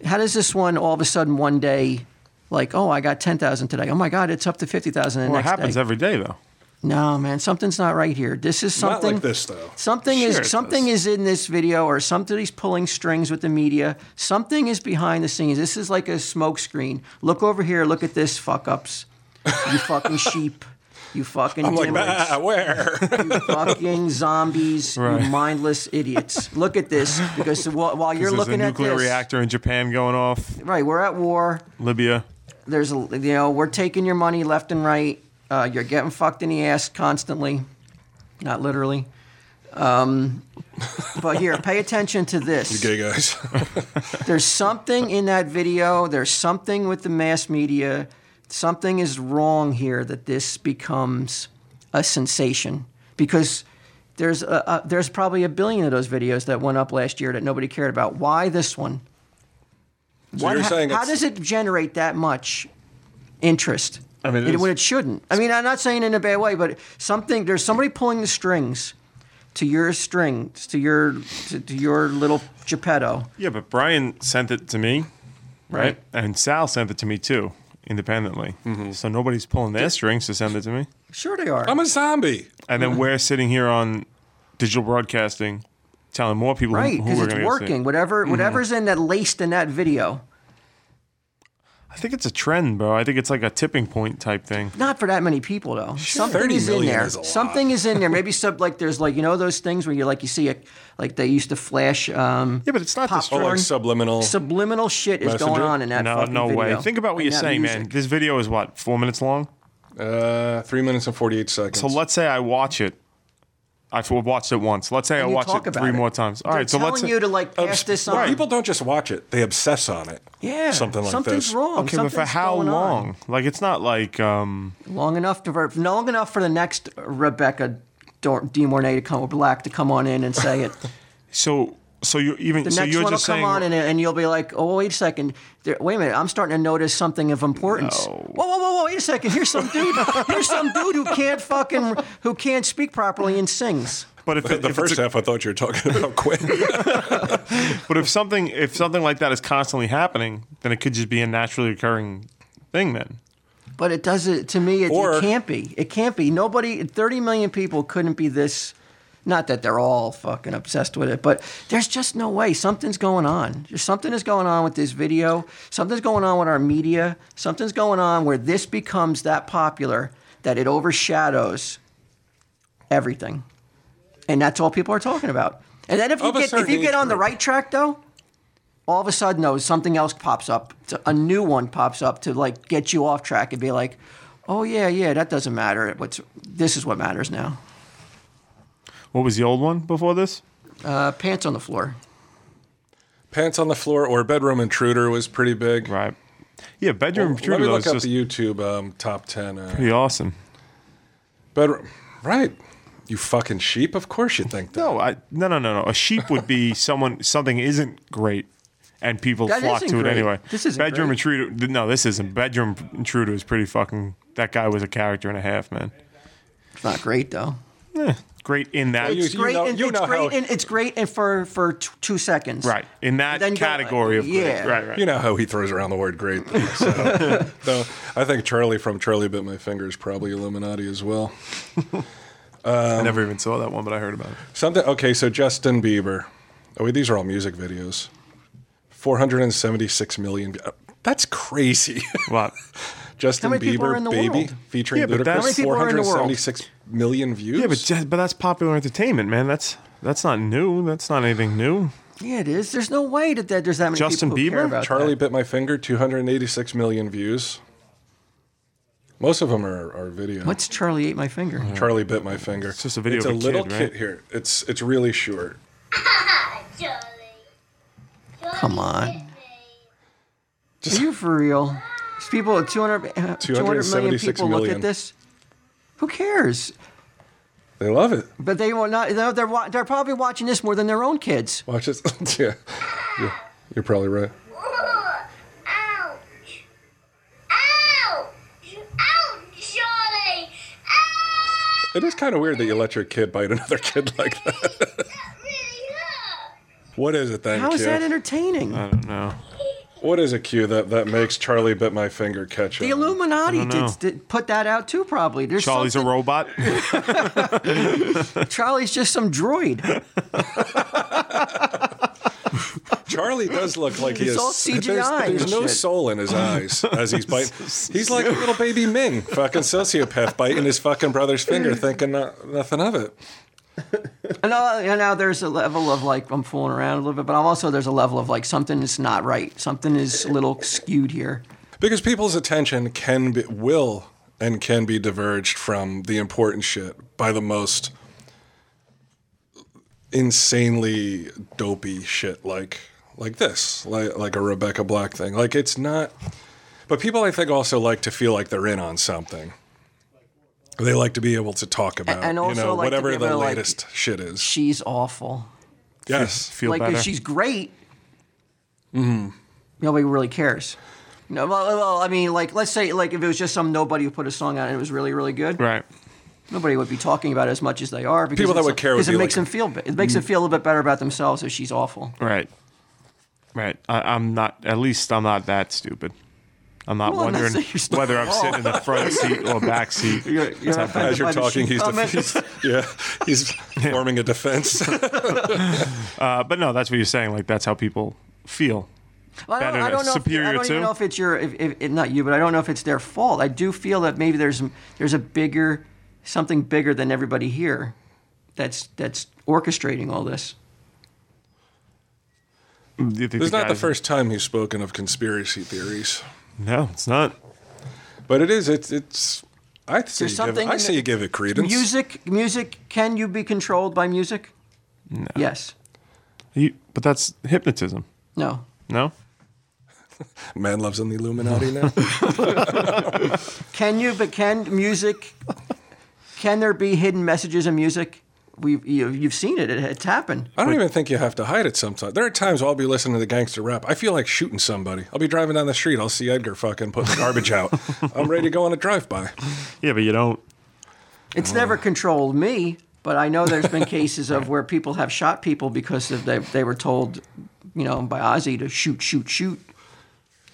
S3: How does this one all of a sudden one day, like oh I got ten thousand today? Oh my God, it's up to fifty thousand the
S5: Well, it
S3: next
S5: happens
S3: day.
S5: every day though.
S3: no man, something's not right here. This is
S1: not
S3: something
S1: like this though?
S3: Something
S5: Sure it
S3: is something
S5: does.
S3: is in this video, or somebody's pulling strings with the media. Something is behind the scenes. This is like a smokescreen. Look over here. Look at this fuck ups. You fucking sheep. You fucking
S1: I'm like,
S3: dimwits.
S1: ah, where?
S3: You fucking zombies.
S5: Right.
S3: You mindless idiots. Look at this because while, while you're
S5: There's
S3: looking
S5: a
S3: at
S5: nuclear
S3: this,
S5: reactor in Japan going off.
S3: right? We're at war.
S5: Libya.
S3: There's a, you know we're taking your money left and right. Uh, you're getting fucked in the ass constantly, not literally. Um, but here, pay attention to this.
S1: Gay guys.
S3: There's something in that video. There's something with the mass media. Something is wrong here that this becomes a sensation because there's a, a, there's probably a billion of those videos that went up last year that nobody cared about. Why this one?
S1: So
S3: What
S1: you're
S3: ha-
S1: saying
S3: how
S1: it's-
S3: does it generate that much interest?
S5: I mean, it
S3: It-
S5: is-
S3: when it shouldn't. I mean, I'm not saying in a bad way, but something there's somebody pulling the strings to your strings to your to, to your little Geppetto.
S5: Yeah, but Brian sent it to me, right? And Sal sent it to me too, independently. So nobody's pulling their strings to send it to me.
S3: Sure, they are.
S1: I'm a zombie.
S5: And then we're sitting here on digital broadcasting, telling more people who-
S3: Right,
S5: who,
S3: because
S5: we're
S3: it's
S5: going to
S3: working. Whatever, whatever's in that laced in that video,
S5: I think it's a trend, bro. I think it's like a tipping point type thing.
S3: Not for that many people though. Something
S1: 30
S3: is in
S1: million
S3: there.
S1: is a lot.
S3: Something is in there. Maybe sub like there's like you know those things where you like you see a, like they used to flash um,
S5: Yeah, but it's not
S1: Or
S3: Porn.
S1: like subliminal.
S3: subliminal shit is going
S1: Messenger?
S3: on in that
S5: no,
S3: fucking
S5: no
S3: video.
S5: way. Think about what
S3: And that
S5: you're saying,
S3: music.
S5: man. This video is what four minutes long.
S1: uh, three minutes and forty-eight seconds.
S5: So let's say I watch it. I've watched it once. Let's say I
S3: you
S5: watch
S3: talk
S5: it
S3: about
S5: three
S3: it.
S5: more times. All
S3: They're
S5: right. So
S3: telling
S5: let's. Oh,
S3: you to like
S1: Obs-
S3: pass this
S1: well,
S3: on.
S1: People don't just watch it; they obsess on it.
S3: yeah,
S1: something like
S3: something's
S1: this.
S3: wrong.
S5: okay, but for
S3: Something's
S5: how
S3: going on.
S5: long? Like it's not like um.
S3: Long enough to ver- long enough for the next Rebecca Dor- De Mornay to come or Black to come on in and say it.
S5: So so you're even
S3: The
S5: so
S3: next
S5: you're
S3: one will
S5: just saying
S3: come on and, and you'll be like, oh wait a second, there, wait a minute, I'm starting to notice something of importance. Whoa, whoa, whoa, whoa, wait a second, here's some dude, here's some dude who can't fucking who can't speak properly and sings.
S5: But if, it-
S1: The
S5: if
S1: first
S5: it's a-
S1: half, I thought you were talking about Quinn.
S5: but if something if something like that is constantly happening, then it could just be a naturally occurring thing. Then
S3: But it doesn't. To me, it,
S1: Or-
S3: it can't be. It can't be. Nobody. Thirty million people couldn't be this. Not that they're all fucking obsessed with it, but there's just no way. Something's going on. There's Something is going on with this video. Something's going on with our media. Something's going on where this becomes that popular that it overshadows everything, and that's all people are talking about. And then if you
S1: Of a
S3: get if
S1: certain
S3: you get
S1: age
S3: on the
S1: group.
S3: right track though, all of a sudden though something else pops up So a new one pops up to like get you off track and be like oh yeah yeah that doesn't matter what's this is what matters now
S5: what was the old one before this?
S3: uh, pants on the floor
S1: Pants on the floor or Bedroom Intruder was pretty big.
S5: Right. Yeah, bedroom
S1: Let me
S5: intruder though
S1: look
S5: is
S1: up
S5: just
S1: the YouTube um, top ten. Uh,
S5: pretty awesome.
S1: bedroom, right? You fucking sheep. Of course you think that.
S5: No, I, no, no, no, no. A sheep would be someone something isn't great, and people
S3: That
S5: flock
S3: isn't
S5: to
S3: great.
S5: it anyway.
S3: This isn't
S5: bedroom
S3: great.
S5: intruder. No, this isn't. Bedroom intruder is pretty fucking. That guy was a character and a half, man.
S3: it's not great though
S5: Eh, great in that.
S1: You-
S3: it's
S1: you
S3: great
S1: know-
S3: and
S1: you
S3: it's
S1: know
S3: great
S1: how-
S3: and it's great and for for t- two seconds
S5: Right in that
S3: Then go-
S5: category of great.
S3: yeah.
S5: right, right.
S1: You know how he throws around the word great. though, So, though I think Charlie from Charlie Bit My Finger is probably Illuminati as well.
S5: I never even saw that one, but I heard about it.
S1: Something. Okay, so Justin Bieber. Oh, wait, these are all music videos. Four hundred and seventy-six million. uh, That's crazy.
S5: What?
S1: Justin
S3: many people are
S1: Bieber,
S3: in the
S1: baby,
S3: world?
S1: featuring
S5: Yeah, but that's- How many
S1: Ludacris,
S3: people
S1: four
S3: are in the
S1: hundred
S3: world?
S1: seventy-six million views.
S5: Yeah, but ju- but that's popular entertainment, man. That's that's not new. That's not anything new.
S3: yeah it is there's no way that, that there's that many
S5: Justin
S3: people who care
S5: Bieber?
S3: about
S1: Charlie
S3: that.
S1: bit my finger. Two hundred eighty-six million views. Most of them are, are video.
S3: what's Charlie ate my finger
S1: Charlie bit my finger. It's
S5: just a video
S1: It's
S5: of
S1: a
S5: a
S1: little
S5: kid, right?
S1: here. It's it's really short.
S4: uh, Jolly.
S3: come on
S1: Just-
S3: are you for real These people 200, uh, 200 million
S1: 276
S3: people look
S1: million.
S3: at this who cares
S1: They love it.
S3: But they will not. They're they're, wa- they're probably watching this more than their own kids.
S1: Watch this. yeah. yeah, you're probably right.
S4: Ouch. Ouch. Ouch, Jolly. Ouch.
S1: It is kind of weird that you let your kid bite another kid like that.
S4: That really hurt.
S1: What is it then,
S3: How is
S1: Q?
S3: that entertaining?
S5: I don't know.
S1: what is it, Q? That that makes Charlie bit my finger catch
S3: the
S1: on?
S3: Illuminati
S5: don't know.
S3: did, did put that out too. Probably there's
S5: Charlie's a
S3: something-
S5: robot.
S3: Charlie's just some droid.
S1: Charlie does look like he
S3: It's
S1: is.
S3: all CGI
S1: There's, there's
S3: and
S1: no
S3: shit.
S1: soul in his eyes as he's biting. He's like a little baby Ming, fucking sociopath, biting his fucking brother's finger, thinking not, nothing of it.
S3: And now, and now there's a level of like I'm fooling around a little bit, but I'm also there's a level of like something is not right. Something is a little skewed here.
S1: Because people's attention can be, will and can be diverged from the important shit by the most insanely dopey shit like like this, like like a Rebecca Black thing. Like it's not but people I think also like to feel like they're in on something. They like to be able to talk about
S3: and also
S1: you know
S3: like to
S1: whatever
S3: be able
S1: the
S3: to, like-
S1: latest shit is.
S3: She's awful.
S1: Yes.
S5: Feel
S3: like
S5: better.
S3: if she's great,
S1: Mm-hmm.
S3: nobody really cares. No, well, well, I mean, like let's say like if it was just some nobody who put a song out and it was really really good,
S5: right.
S3: nobody would be talking about it as much as they are because
S1: People that
S3: it's-
S1: would care would
S3: because it
S1: be
S3: makes
S1: like- mm.
S3: them feel be- it makes them feel a little bit better about themselves if she's awful.
S5: Right. Right. I, I'm not. At least I'm not that stupid. I'm not
S3: Well, I'm not
S5: wondering
S3: saying you're stupid
S5: whether I'm sitting in the front seat or back seat. Type of-
S1: As you're talking, he's, def-
S3: defeated.
S1: he's yeah, he's forming a defense.
S5: uh, but no, that's what you're saying. Like that's how people feel.
S3: Well, I don't,
S5: better,
S3: I don't know.
S5: superior
S3: if, I don't
S5: to.
S3: even know if it's your, if, if, if- not you, but I don't know if it's their fault. I do feel that maybe there's there's a bigger, something bigger than everybody here, that's that's orchestrating all this.
S5: Do you think
S1: This is
S5: the
S1: not the
S5: guys-
S1: first time he's spoken of conspiracy theories,
S5: No, it's not.
S1: but it is. It's. it's I say, you give,
S3: something
S1: I
S3: in
S1: say
S3: the-
S1: you give it credence.
S3: Music, music. Can you be controlled by music? No. Yes.
S5: You, but that's hypnotism.
S3: No.
S5: No.
S1: Man loves on the Illuminati now.
S3: Can you? But can music? Can there be hidden messages in music? We've you, you've seen it. it. It's happened.
S1: I don't even think you have to hide it sometimes. There are times I'll be listening to the gangster rap. I feel like shooting somebody. I'll be driving down the street. I'll see Edgar fucking putting the garbage out. I'm ready to go on a drive by.
S5: Yeah, but you don't.
S1: Oh.
S3: It's never controlled me, but I know there's been cases of where people have shot people because of they, they were told, you know, by Ozzy to shoot, shoot, shoot.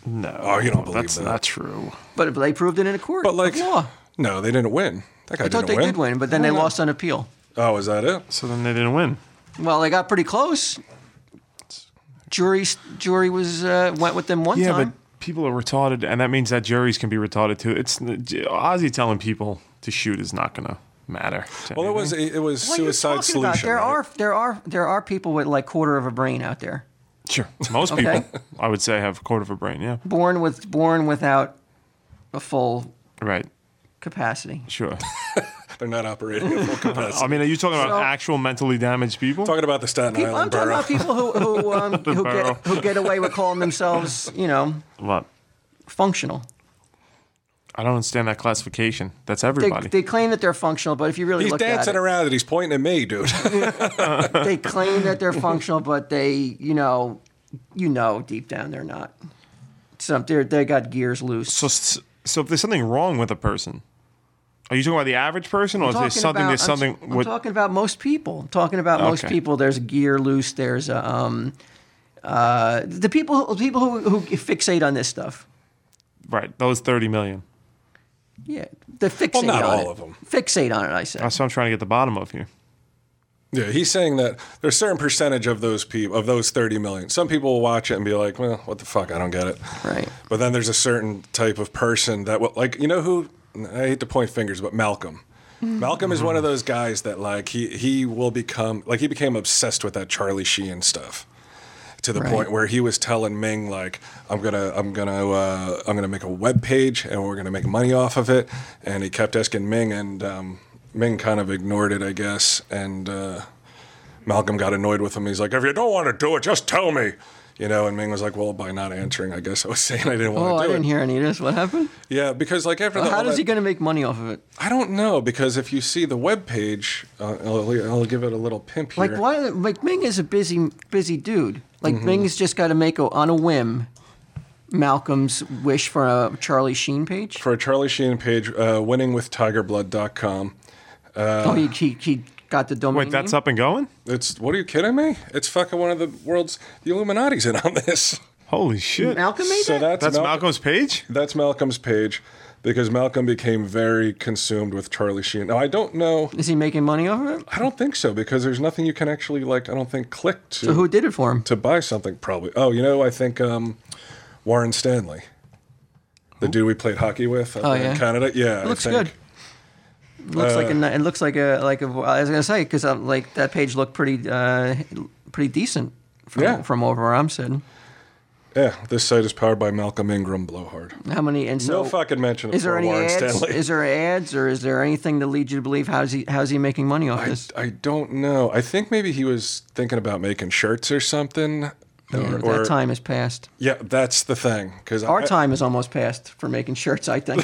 S5: No.
S1: Oh, you don't believe
S5: That's
S1: that.
S5: not true.
S3: But they proved it in a court.
S1: But like,
S3: of law.
S1: no, they didn't win. That guy
S3: I thought
S1: didn't
S3: they
S1: win.
S3: did win, but then they lost on appeal.
S1: Oh, is that it?
S5: So then they didn't win.
S3: Well, they got pretty close. Jury, jury was uh, went with them one
S5: Yeah,
S3: time.
S5: but people are retarded, and that means that juries can be retarded too. It's Ozzy telling people to shoot is not gonna matter. to
S1: Well, it was
S5: anything.
S1: it was
S3: What are you
S1: suicide
S3: talking
S1: solution.
S3: about? There
S1: right?
S3: are there are there are people with like quarter of a brain out there,
S5: sure. Most
S3: Okay.
S5: people, I would say, have a quarter of a brain. Yeah.
S3: born with born without a full
S5: Right.
S3: capacity.
S5: Sure.
S1: They're not operating at full capacity.
S5: I mean, are you talking about
S3: So-
S5: actual mentally damaged people?
S1: talking about the Staten
S3: People, I'm
S1: Island
S3: talking
S1: borough.
S3: about people who who, um, who
S5: borough.
S3: get who get away with calling themselves, you know,
S5: What?
S3: functional.
S5: I don't understand that classification. That's
S3: They,
S5: everybody.
S3: they claim that they're functional, but if you really
S1: He's
S3: look at
S1: dancing
S3: it,
S1: around and he's pointing at me, dude.
S3: they claim that they're functional, but they, you know, you know, deep down they're not. Some they they got gears loose.
S5: so, s- so if there's something wrong with a person, are you talking about the average person, or is there
S3: talking
S5: something?
S3: about-
S5: there's
S3: I'm-
S5: something
S3: I'm,
S5: with
S3: talking about most people. I'm talking about most
S5: Okay.
S3: people. There's gear loose. There's um, uh, the people people who, who fixate on this stuff.
S5: right those thirty million.
S3: Yeah, the fixate
S1: not
S3: on
S1: all
S3: it.
S1: of 'em.
S3: Fixate on it. I said.
S5: That's what I'm trying to get the bottom of here.
S1: yeah, he's saying that there's a certain percentage of those people of those 30 million. Some people will watch it and be like, "Well, what the fuck? I don't get it."
S3: Right.
S1: But then there's a certain type of person that will, like, you know who? I hate to point fingers, but Malcolm. Malcolm is one of those guys that, like, he, he will become, like, he became obsessed with that Charlie Sheen stuff to the
S3: Right.
S1: point where he was telling Ming, like, I'm gonna, I'm gonna, uh, I'm gonna make a web page and we're gonna make money off of it. And he kept asking Ming, and um, Ming kind of ignored it, I guess. And, uh, Malcolm got annoyed with him. He's like, if you don't want to do it, just tell me. You know, and Ming was like, well, by not answering, I guess I was saying I didn't want
S3: Oh,
S1: to do
S3: I didn't
S1: it.
S3: hear any of this. What happened?
S1: yeah, because like after
S3: Well,
S1: that,
S3: how is he going to make money off of it?
S1: I don't know because if you see the web page, uh, I'll, I'll give it a little pimp here.
S3: Like why? Like Ming is a busy busy dude. Like Ming's just got to make a, on a whim. Malcolm's wish for a Charlie Sheen page.
S1: For a Charlie Sheen page, uh, winningwithtigerblood.com.
S3: oh, he, he he got the domain.
S5: Wait, that's
S3: name?
S5: up and going.
S1: It's what are you kidding me? It's fucking one of the world's the Illuminati's in on this.
S5: Holy shit!
S3: Malcolm made
S1: So
S3: that?
S1: that's,
S5: That's
S1: Malcolm-
S5: Malcolm's page.
S1: That's Malcolm's page because Malcolm became very consumed with Charlie Sheen. Now I don't know.
S3: Is he making money off of it?
S1: I don't think so because there's nothing you can actually like. I don't think click to
S3: So who did it for him?
S1: to buy something probably. Oh, you know, I think um, Warren Stanley, the dude we played hockey with up
S3: Oh,
S1: in
S3: yeah.
S1: Canada. Yeah,
S3: It looks
S1: I think.
S3: good. It looks like a,
S1: Uh,
S3: ni- it looks like a like a, I was gonna say because like that page looked pretty uh, pretty decent from
S1: Yeah.
S3: from over where I'm sitting.
S1: Yeah, this site is powered by Malcolm Ingram Blowhard.
S3: How many and
S1: no
S3: so
S1: fucking mention of
S3: is there
S1: poor
S3: any
S1: Warren
S3: ads?
S1: Stanley.
S3: Is there ads or is there anything to lead you to believe how's he how's he making money off this?
S1: I don't know. I think maybe he was thinking about making shirts or something.
S3: Yeah,
S1: or,
S3: but
S1: or-
S3: that time is past.
S1: Yeah, that's the thing. Because
S3: Our
S1: I,
S3: time is almost past for making shirts. I think.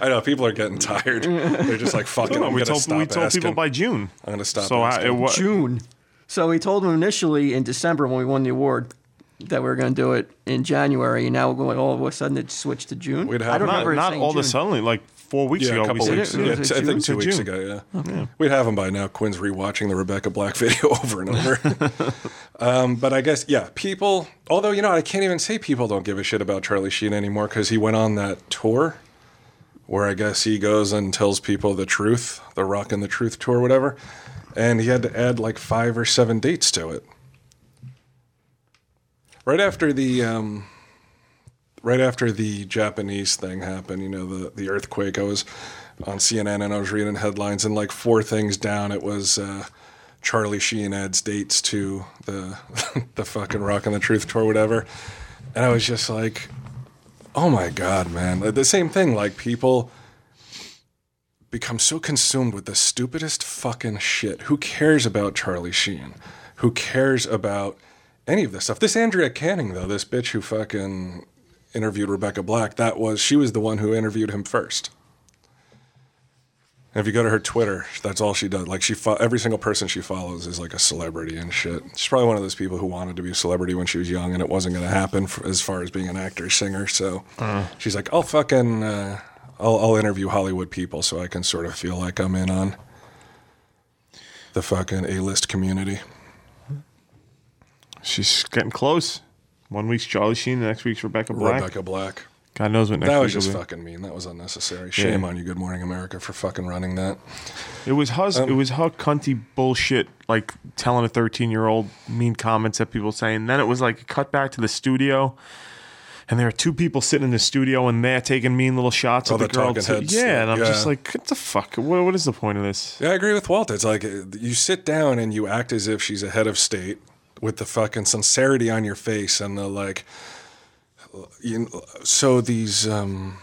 S1: I know people are getting tired. They're just like, fuck it, I'm
S5: Oh, we
S1: gonna
S5: told
S1: stop
S5: we told people
S1: asking.
S5: by June.
S1: I'm gonna stop.
S5: So I,
S1: asking.
S5: it, wa-
S3: June. So we told him initially in December when we won the award that we were going to do it in January, and now we're going, all of a sudden it switched to June.
S1: We'd have
S3: I don't
S1: not-
S3: remember it
S5: not, not
S3: saying
S5: all of
S3: June.
S5: a sudden, like four weeks
S1: Yeah,
S5: ago.
S1: a couple
S5: we
S1: weeks.
S5: said-
S1: Yeah,
S3: was
S1: t-
S3: it
S1: I think two
S5: June?
S1: weeks
S5: June.
S1: ago. Yeah. we'd have them by now. Quinn's rewatching the Rebecca Black video over and over. um, but I guess yeah, people. Although you know, I can't even say people don't give a shit about Charlie Sheen anymore because he went on that tour where I guess he goes and tells people the truth, the Rock and the Truth tour, whatever. And he had to add like five or seven dates to it. Right after the um, right after the Japanese thing happened, you know, the the earthquake, I was on CNN and I was reading headlines and like four things down it was uh, Charlie Sheen adds dates to the the fucking Rock and the Truth tour whatever. And I was just like oh my god, man. Like, The same thing like people become so consumed with the stupidest fucking shit. Who cares about Charlie Sheen? Who cares about any of this stuff? This Andrea Canning, though, this bitch who fucking interviewed Rebecca Black, that was, she was the one who interviewed him first. And if you go to her Twitter, that's all she does. Like, she, fo- every single person she follows is like a celebrity and shit. She's probably one of those people who wanted to be a celebrity when she was young and it wasn't going to happen f as far as being an actor, singer. So
S5: Mm.
S1: she's like, I'll fucking, uh, I'll, I'll interview Hollywood people so I can sort of feel like I'm in on the fucking A list community.
S5: She's getting close. One week's Charlie Sheen, the next week's Rebecca Black.
S1: Rebecca Black.
S5: God knows what next
S1: That
S5: week
S1: was just
S5: will be.
S1: fucking mean. That was unnecessary. Shame on you, Good Morning America, for fucking running that.
S5: It was her.
S1: Um,
S5: it was her cunty bullshit, like telling a thirteen-year-old mean comments that people saying. Then it was like a cut back to the studio, and there are two people sitting in the studio, and they're taking mean little shots
S1: Oh,
S5: of the
S1: the
S5: girl.
S1: talking
S5: too.
S1: heads
S5: yeah,
S1: thing,
S5: and I'm just
S1: yeah.
S5: like, what the fuck? What, what is the point of this?
S1: Yeah, I agree with Walt. It's like uh, you sit down and you act as if she's a head of state with the fucking sincerity on your face and the like. You know, so these um,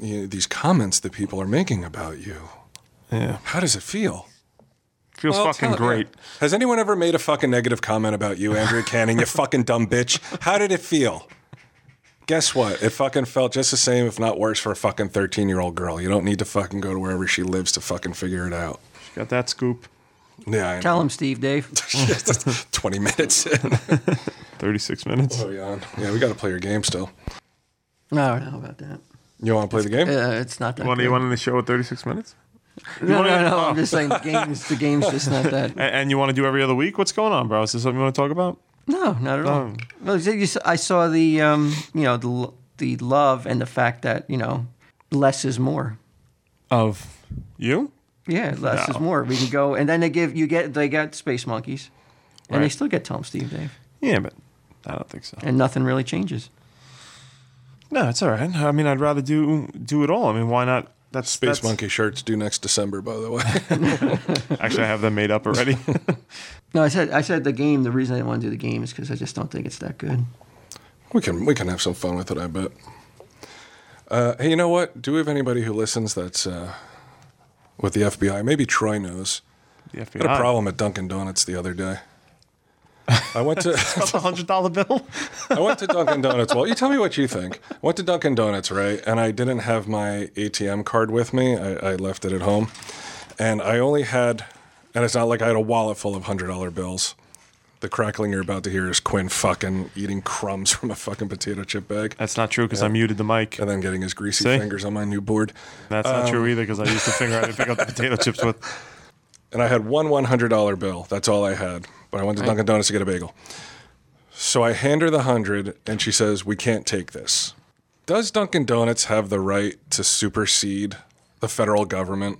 S1: you know, these comments that people are making about you,
S5: Yeah,
S1: how does it feel?
S5: feels
S1: Well,
S5: fucking
S1: tell-
S5: great.
S1: yeah. Has anyone ever made a fucking negative comment about you, Andrea Canning? you fucking dumb bitch. How did it feel? Guess what? It fucking felt just the same, if not worse, for a fucking thirteen-year-old girl. You don't need to fucking go to wherever she lives to fucking figure it out.
S5: Got that scoop.
S1: Yeah, I know.
S3: Tell him, Steve, Dave.
S1: 20 minutes in.
S5: Thirty-six minutes.
S1: Oh, yeah. Yeah, we got to play your game still.
S3: I don't know about that.
S1: You want to play the game?
S3: Uh, it's not that.
S5: One of
S3: good.
S5: you wanted the show at thirty-six minutes,
S3: no,
S5: wanna-
S3: no, no. I'm just saying the game's the game's just not that.
S5: A- and, you want to do every other week. What's going on, bro? Is this something you want to talk about?
S3: No, not at
S5: Oh.
S3: all. Well, you- you- I saw the um, you know the l- the love and the fact that you know less is more.
S5: Of you?
S3: Yeah, less
S5: No.
S3: is more. We can go, and then they give you get they got space monkeys, and they
S5: Right.
S3: still get Tom, Steve, Dave,
S5: Yeah, but I don't think so.
S3: and nothing really changes.
S5: No, it's all right. I mean, I'd rather do do it all. I mean, why not? That's
S1: Space
S5: that's-
S1: Monkey shirts due next December, by the way.
S5: Actually, I have them made up already.
S3: No, I said I said the game. The reason I didn't want to do the game is because I just don't think it's that good.
S1: we can we can have some fun with it, I bet. Uh, hey, you know what? Do we have anybody who listens that's uh, with the FBI? Maybe Troy knows.
S5: the FBI.
S1: I had a problem at Dunkin' Donuts the other day. I went to.
S5: That's a hundred dollar bill.
S1: I went to Dunkin' Donuts. Well, you tell me what you think. I went to Dunkin' Donuts, right? And I didn't have my ATM card with me. I, I left it at home, and I only had. And it's not like I had a wallet full of hundred dollar bills. The crackling you're about to hear is Quinn fucking eating crumbs from a fucking potato chip bag,
S5: That's not true because I muted the mic.
S1: and then getting his greasy
S5: See?
S1: fingers on my new board.
S5: That's not true either because I used the finger I didn't pick up the potato chips with.
S1: and I had one one hundred dollar bill. That's all I had. But I went to Dunkin' Donuts to get a bagel. So I hand her the hundred, and she says, "We can't take this." Does Dunkin' Donuts have the right to supersede the federal government?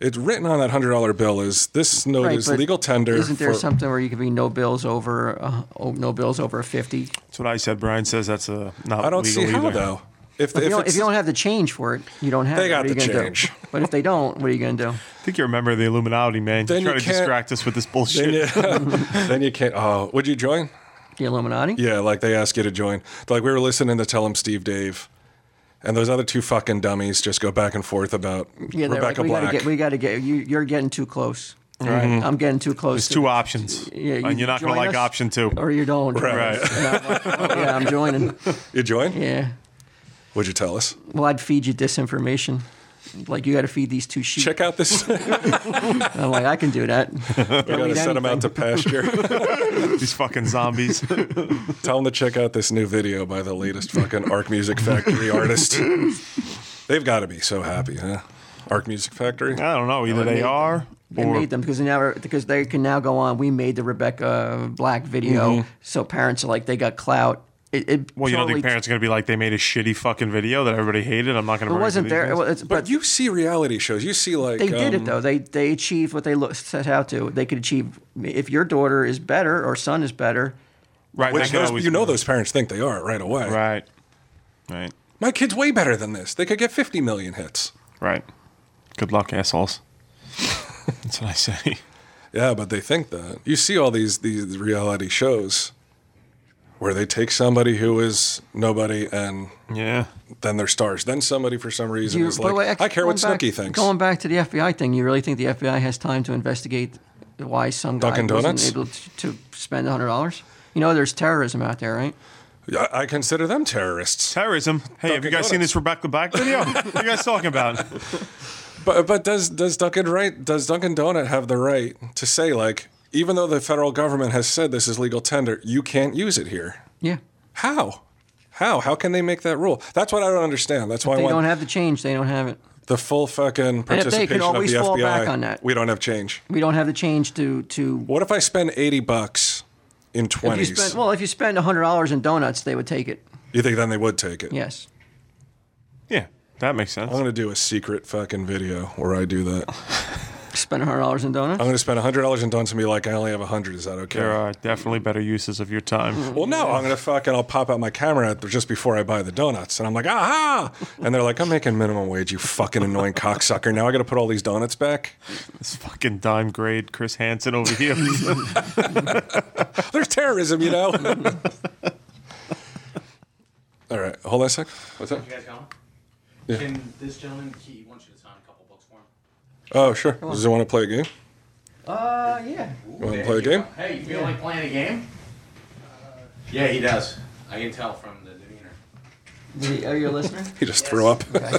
S1: It's written on that hundred dollar bill is this note
S3: Right,
S1: is
S3: but
S1: legal tender.
S3: Isn't there
S1: for-
S3: something where you could be no bills over uh, oh, no bills over fifty?
S5: That's what I said. Brian says that's a not.
S1: I don't
S5: legal
S1: see how
S5: either.
S1: though. If,
S3: If
S1: if
S3: you, don't, if
S1: it's-
S3: you don't have the change for it, you don't have.
S1: They
S3: it.
S1: got
S3: What are
S1: the
S3: you gonna do?
S1: change.
S3: But if they don't, what are you going to do?
S5: I think you're a member of the Illuminati, man.
S1: Then
S5: You're
S1: you
S5: trying to
S1: can't-
S5: distract us with this
S1: then
S5: bullshit.
S1: you, then you can't. Oh, would you join?
S3: The Illuminati?
S1: Yeah, like they ask you to join. Like we were listening to Tell 'em Steve Dave, and those other two fucking dummies just go back and forth about
S3: they're like,
S1: Rebecca
S3: we
S1: Black. Mm-hmm.
S3: Gotta get, we got to get you. You're getting too close. Right. I'm getting too close.
S5: There's two options,
S3: Yeah, you
S5: and you're not going to
S3: join us?
S5: like option two.
S3: or you don't.
S1: Right.
S3: And I'm like, oh, yeah, I'm joining.
S1: you join?
S3: Yeah.
S1: Would you tell us?
S3: Well, I'd feed you disinformation. Like you got to feed these two sheep.
S1: Check out this. we
S3: I'm like, I can do that.
S1: gotta send them out to pasture.
S5: These fucking zombies.
S1: Tell them to check out this new video by the latest fucking Arc Music Factory artist. They've got to be so happy, huh? Arc Music Factory.
S5: I don't know. Either they are
S3: They
S5: or
S3: made them because they now because they can now go on. We made the Rebecca Black video,
S1: Mm-hmm.
S3: so parents are like they got clout. It, it
S5: well, you don't
S3: totally-
S5: think parents are going to be like they made a shitty fucking video that everybody hated. I'm not going to.
S3: It wasn't there, it was, it's-
S1: But
S3: but
S1: you see reality shows. You see like
S3: they did
S1: um,
S3: it though. They they achieved what they lo- set out to. They could achieve if your daughter is better or son is better,
S5: Right.
S1: Which
S5: that could
S1: those,
S5: always
S1: you know
S5: be-
S1: those parents think they are right away.
S5: Right. Right.
S1: My kid's way better than this. They could get 50 million hits.
S5: Right. Good luck, assholes. That's what I say.
S1: Yeah, but they think that. You see all these these reality shows where they take somebody who is nobody and
S5: Yeah.
S1: then they're stars. Then somebody for some reason
S3: You-
S1: is
S3: by the
S1: like,
S3: way, actually,
S1: I care what
S3: going back-
S1: Snooki thinks.
S3: Going back to the FBI thing, you really think the FBI has time to investigate why some guy
S1: Dunkin'
S3: wasn't
S1: Donuts?
S3: able to, to spend hundred dollars? You know, there's terrorism out there, right?
S1: I- I consider them terrorists.
S5: Terrorism. Hey, have you
S1: Dunkin'
S5: guys seen
S1: Donuts.
S5: this Rebecca Black video? what are you guys talking about?
S1: But but does does Dunkin' right does Dunkin' Donut have the right to say like even though the federal government has said this is legal tender, you can't use it here?
S3: Yeah.
S1: How? How? How can they make that rule? That's what I don't understand. That's why
S3: They
S1: I
S3: don't
S1: want
S3: have the change. They don't have it.
S1: the full fucking
S3: And if they could
S1: participation of the
S3: always fall
S1: FBI.
S3: back on that.
S1: We don't have change.
S3: We don't have the change to to.
S1: What if I spend eighty bucks in
S3: If you
S1: twenties?
S3: spend, well, if you spend hundred dollars in donuts, they would take it.
S1: you think then they would take it?
S3: Yes.
S5: Yeah. That makes sense.
S1: I'm gonna do a secret fucking video where I do that.
S3: Spend hundred dollars in donuts.
S1: I'm gonna spend hundred dollars in donuts and be like, I only have hundred. Is that okay?
S5: There are definitely better uses of your time.
S1: Well, no, I'm gonna fucking I'll pop out my camera at- just before I buy the donuts, and I'm like, aha! And they're like, I'm making minimum wage, you fucking annoying cocksucker. Now I gotta put all these donuts back.
S5: This fucking dime grade Chris Hansen over here.
S1: There's terrorism, you know. all right, hold on a sec. What's up?
S6: You guys going?
S1: Yeah.
S6: Can this gentleman he wants you to sign a couple books for him?
S1: Oh, sure. Does he want to play a game?
S3: Uh, yeah.
S1: You want to play a game?
S6: Hey, you feel like playing a game?
S7: Uh,
S6: yeah, he does. I can tell from the demeanor.
S3: Are you a listener?
S1: He just threw up.
S3: Uh,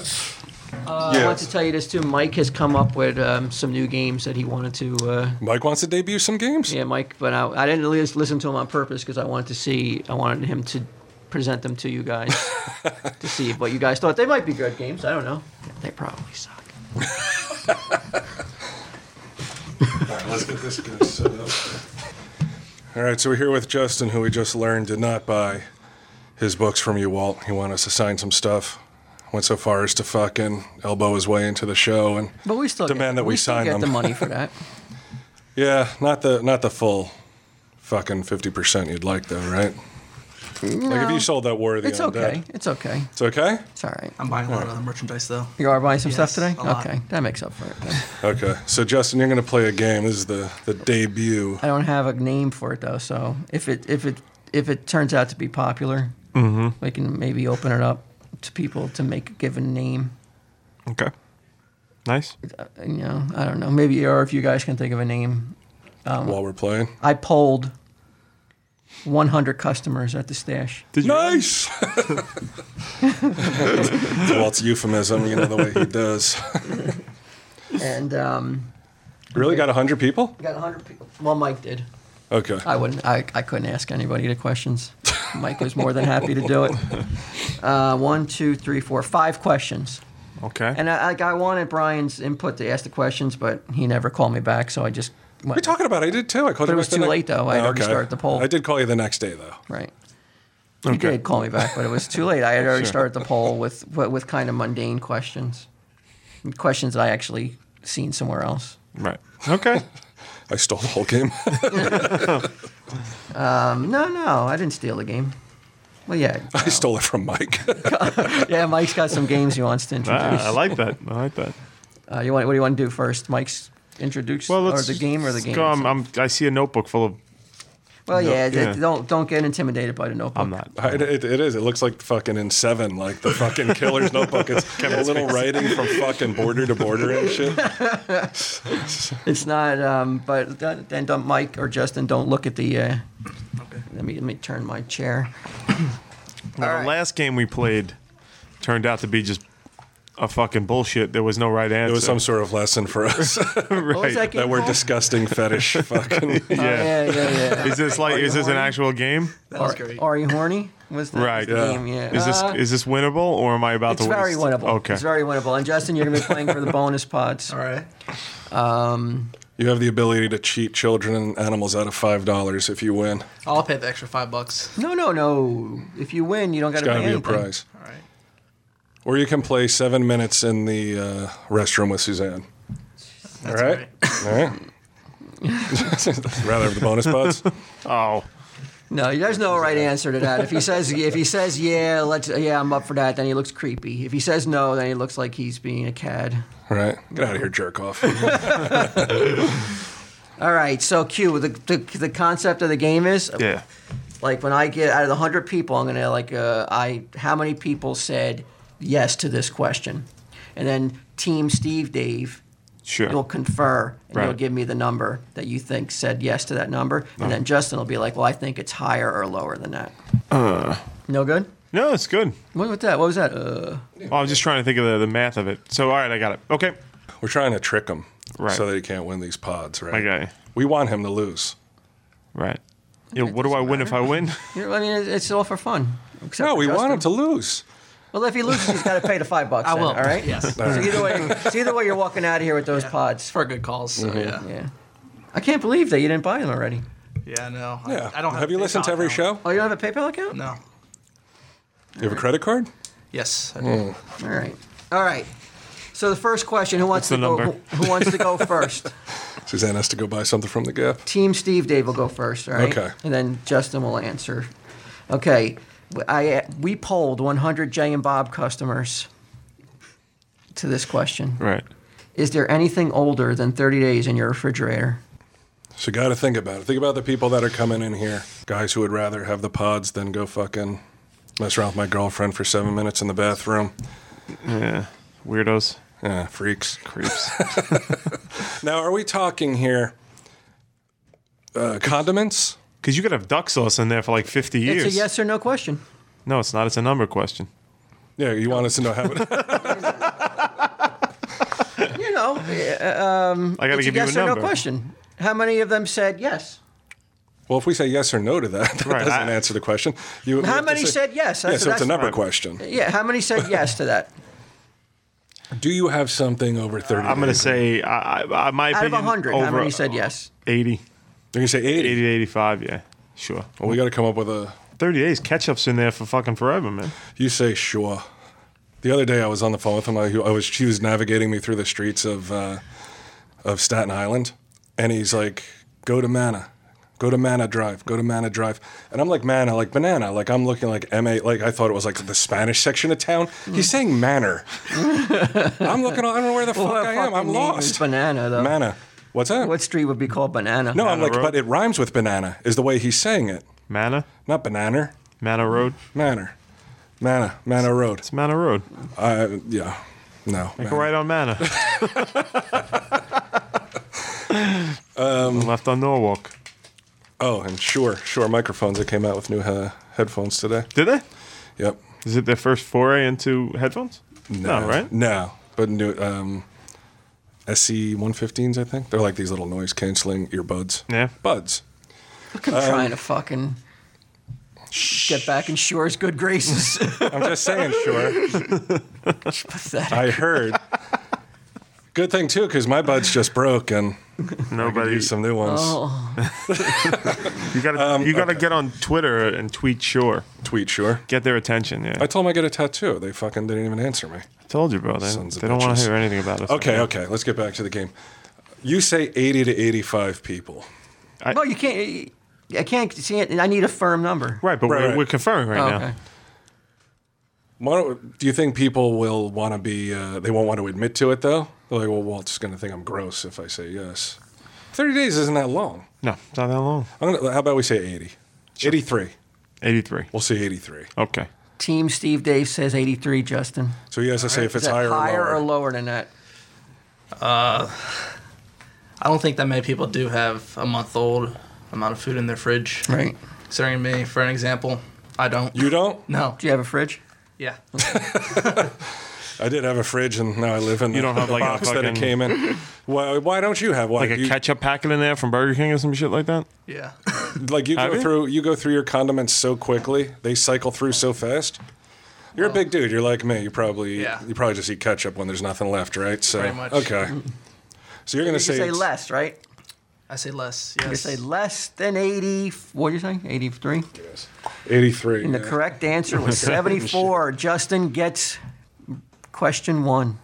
S1: Yes.
S3: I want to tell you this too. Mike has come up with um, some new games that he wanted to. Uh,
S1: Mike wants to debut some games.
S3: yeah, Mike. But I, I didn't really listen to him on purpose because I wanted to see. I wanted him to present them to you guys to see what you guys thought. They might be good games. I don't know. They probably suck.
S1: All right, let's get this guy set up. All right, so we're here with Justin, who we just learned did not buy his books from you, Walt. He wanted us to sign some stuff. Went so far as to fucking elbow his way into the show, and
S3: But we still
S1: Demand
S3: get,
S1: that we
S3: still
S1: sign
S3: get
S1: them.
S3: the money for that.
S1: yeah, not the not the full fucking fifty percent you'd like though, right? Like if you sold that War of the
S3: It's
S1: Undead,
S3: okay. It's okay.
S1: it's okay.
S3: It's all right.
S8: I'm buying a lot of other merchandise though.
S3: You are buying some
S8: Yes,
S3: stuff today.
S8: a lot.
S3: Okay, that makes up for it. then.
S1: Okay, so Justin, you're gonna play a game. This is the the debut.
S3: I don't have a name for it though. So if it if it if it turns out to be popular,
S1: Mm-hmm.
S3: we can maybe open it up to people to make a given name.
S5: okay. Nice.
S3: Uh, You know, I don't know. Maybe or if you guys can think of a name.
S1: While we're playing,
S3: I polled 100 customers at the stash.
S5: Did you
S1: nice. It's Walt's euphemism, you know the way he does.
S3: And um,
S1: Really got 100 people?
S3: got 100 people. Well, Mike did.
S1: Okay.
S3: I wouldn't. I, I couldn't ask anybody the questions. Mike was more than happy to do it. Uh, one, two, three, four, five questions.
S5: Okay.
S3: And I, like I wanted Brian's input to ask the questions, but he never called me back, so I just went.
S1: What are you talking about? I did too. I called you
S3: But it
S1: back
S3: was
S1: the
S3: too
S1: ne- Oh,
S3: late, though. I had already started the poll.
S1: I did call you the next day though.
S3: Right. He did call me back, but it was too late. I had already started the poll with with, with kind of mundane questions, questions I actually seen somewhere else.
S5: right. Okay.
S1: I stole the whole game.
S3: Um, no, no, I didn't steal the game. Well, yeah,
S1: I stole it from Mike.
S3: yeah. Mike's got some games he wants to introduce.
S5: Ah, I like that. I like that.
S3: Uh, you want? What do you want to do first? Mike's introduce
S5: Well,
S3: or
S5: let's
S3: the game or the game?
S5: Go, I'm,
S3: itself?
S5: I'm, I see a notebook full of.
S3: well, yeah,
S5: yeah.
S3: th- Don't don't get intimidated by the notebook.
S5: I'm not.
S1: I- it- it is. It looks like fucking in seven, like the fucking killer's notebook. It's a little writing from fucking border to border and shit.
S3: It's not. Um, but th- then don't Mike or Justin don't look at the. Uh, Let me let me turn my chair.
S5: Now, the last game we played turned out to be just a fucking bullshit. There was no right answer.
S1: It was some sort of lesson for us
S3: What was that game
S1: that we're
S3: called?
S1: disgusting fetish fucking.
S5: yeah.
S3: Yeah, yeah, yeah.
S5: Is this like? Is this an actual game?
S8: That was
S3: Are-
S8: great.
S3: Are you horny? Was the
S5: Right.
S3: the
S5: Yeah.
S3: game? Yeah.
S5: Is this
S3: Uh,
S5: is this winnable or am I about
S3: it's
S5: to?
S3: very
S5: waste-
S3: winnable.
S5: Okay.
S3: It's very winnable. And Justin, you're gonna be playing for the bonus pods.
S8: All right.
S1: You have the ability to cheat children and animals out of five dollars if you win.
S8: I'll pay the extra five bucks.
S3: No, no, no. If you win, you don't got to
S1: It's
S3: pay
S1: got to be a
S3: anything.
S1: prize.
S8: All right.
S1: Or you can play seven minutes in the uh, restroom with Suzanne.
S8: That's
S1: All
S8: all
S1: right.
S8: right.
S1: All right. Rather have the bonus pods.
S5: Oh,
S3: No, there's no right answer to that. If he says if he says yeah, let's yeah, I'm up for that, then he looks creepy. If he says no, then he looks like he's being a cad.
S1: Right? Get out of here, jerk off.
S3: All right, so Q, the the, the concept of the game is
S5: Yeah.
S3: like when I get out of the hundred people, I'm gonna like uh, I how many people said yes to this question, and then Team Steve Dave
S5: Sure.
S3: you'll confer and you'll
S5: Right.
S3: give me the number that you think said yes to that number, and then Justin will be like, well, I think it's higher or lower than that. no good.
S5: No, it's good.
S3: What was that? What was that? Uh,
S5: Well, I was just trying to think of the, the math of it. So, all right, I got it. Okay.
S1: We're trying to trick him
S5: Right.
S1: so that he can't win these pods, right?
S5: Okay.
S1: We want him to lose.
S5: Right. Yeah, what do I win if I win?
S3: you know, I mean, it's- it's all for fun. Except
S1: No,
S3: for
S1: we want
S3: Justin.
S1: him to lose.
S3: Well, if he loses, he's got to pay the five bucks.
S8: I
S3: then,
S8: will.
S3: All right.
S8: Yes.
S1: All
S3: So
S1: right.
S3: either way, so either way, you're walking out of here with those pods.
S8: For good calls.
S1: Mm-hmm.
S8: So, yeah. yeah.
S3: Yeah. I can't believe that you didn't buy them already.
S8: no. I-
S1: Yeah.
S8: I, don't have,
S1: you
S8: a
S1: listened to
S8: PayPal
S1: every
S8: account.
S1: show?
S3: Oh, you don't have a PayPal account?
S8: No.
S1: You have a credit card?
S8: Yes. I do.
S1: Mm.
S3: All right. All right. So the first question: Who wants
S5: What's the
S3: to go?
S5: number?
S3: Who, who wants to go first?
S1: Suzanne has to go buy something from the Gap.
S3: Team Steve Dave will go first. All right.
S1: Okay.
S3: And then Justin will answer. Okay. I we polled 100 Jay and Bob customers to this question.
S5: Right.
S3: Is there anything older than 30 days in your refrigerator?
S1: So got to think about it. Think about the people that are coming in here. Guys who would rather have the pods than go fucking mess around with my girlfriend for seven minutes in the bathroom.
S5: Yeah. Weirdos.
S1: Yeah, freaks.
S5: Creeps.
S1: Now, are we talking here uh, condiments?
S5: Because you could have duck sauce in there for like 50 years.
S3: It's a yes or no question.
S5: No, it's not. It's a number question.
S1: Yeah, you want us to know how it.
S3: You know, uh,
S5: I got
S3: it's
S5: to
S3: a
S5: give
S3: yes
S5: you a
S3: or
S5: number.
S3: no question. How many of them said yes?
S1: Well, if we say yes or no to that, that
S5: Right,
S1: doesn't
S5: I-
S1: answer the question. You,
S3: How
S1: have to
S3: many
S1: say-
S3: said yes?
S1: Yeah,
S3: That's-
S1: so it's a
S3: that's-
S1: number
S5: Right.
S1: question.
S3: Yeah, how many said yes to that?
S1: Do you have something over 30?
S5: I'm going to say, I, I, I- my
S3: Out of
S5: opinion,
S3: 100,
S5: over
S3: how many said yes?
S5: 80.
S1: You're going to say 80.
S5: 80 to 85, yeah. Sure.
S1: Well, we got to come up with a.
S5: 30 days. Ketchup's in there for fucking forever, man.
S1: You say sure. The other day I was on the phone with him. I, I was she was navigating me through the streets of uh, of Staten Island, and he's like, "Go to Mana, go to Mana Drive, go to Mana Drive," and I'm like, "Mana, like banana, like I'm looking like M A, like I thought it was like the Spanish section of town." He's saying manor. I'm looking. all- I don't know where the fuck
S3: What
S1: I am.
S3: fucking
S1: I'm
S3: name is
S1: lost.
S3: Banana, though.
S1: Mana. What's that?
S3: What street would be called Banana?
S1: no, I'm
S5: Manor
S1: like,
S5: Road?
S1: but it rhymes with banana. Is the way he's saying it,
S5: Manor?
S1: not banana,
S5: Manor Road?
S1: manor, mana, manor road.
S5: It's Manor Road.
S1: Uh, yeah. No.
S5: Make
S1: man.
S5: a right on Manor. um, left on Norwalk.
S1: Oh, and sure, sure microphones. that came out with new uh, headphones today.
S5: Did they?
S1: Yep.
S5: Is it their first foray into headphones? No, right?
S1: No, but new um, SC 115s. I think they're like these little noise canceling earbuds.
S5: Yeah.
S1: Buds.
S3: Look, I'm
S1: Um,
S3: trying to fucking get back in Shore's good graces.
S1: I'm just saying, sure.
S3: Pathetic.
S1: I heard. Good thing too, because my buds just broke and
S5: Nobody.
S1: use some Um, new ones.
S3: Oh,
S5: You gotta, you gotta get on Twitter and tweet sure.
S1: Tweet sure.
S5: Get their attention. Yeah,
S1: I told them I get a tattoo. They fucking didn't even answer me.
S5: I told you, bro. They,
S1: Sons of
S5: they don't want
S1: bitches.
S5: to hear anything about us.
S1: Okay, okay. Let's get back to the game. You say 80 to 85 people.
S3: no, you can't. I can't see it. I need a firm number.
S5: Right, but
S1: Right,
S5: we're,
S1: right.
S5: we're conferring right
S3: Oh,
S5: now.
S3: okay.
S1: Why don't, do you think people will want to be? Uh, they won't want to admit to it, though. They're like, well, Walt's going to think I'm gross if I say yes. Thirty days isn't that long.
S5: No, it's not that long.
S1: I'm gonna, how about we say eighty? Eighty-three.
S5: Eighty-three.
S1: We'll say eighty-three.
S5: Okay.
S3: Team Steve Dave says 83, Justin.
S1: So he has to say if
S3: Is
S1: it's
S3: that
S1: higher,
S3: higher
S1: or lower.
S3: than that?
S8: I don't think that many people do have a month old amount of food in their fridge.
S3: Right.
S8: Considering me, for an example, I don't.
S1: You don't.
S8: no.
S3: Do you have a fridge?
S8: Yeah.
S1: I did have a fridge, and now I live in.
S5: You don't
S1: the
S5: have, like, a
S1: box that it
S5: fucking-
S1: came in. Why? Why don't you have one?
S5: Like a
S1: you,
S5: ketchup packet in there from Burger King or some shit like that.
S8: Yeah.
S1: Like you
S5: Have
S1: go
S5: you?
S1: through. You go through your condiments so quickly. They cycle through so fast. You're a big dude. You're like me. You probably
S8: Yeah.
S1: you probably just eat ketchup when there's nothing left, right? So
S8: Pretty much.
S1: okay. So you're gonna
S3: You
S1: say,
S3: say
S1: it's-
S3: less, right?
S8: I say less. Yes.
S3: You say less than 80. What are you saying? 83?
S1: 83.
S3: And the
S1: yeah.
S3: correct answer was 74. Justin gets question one.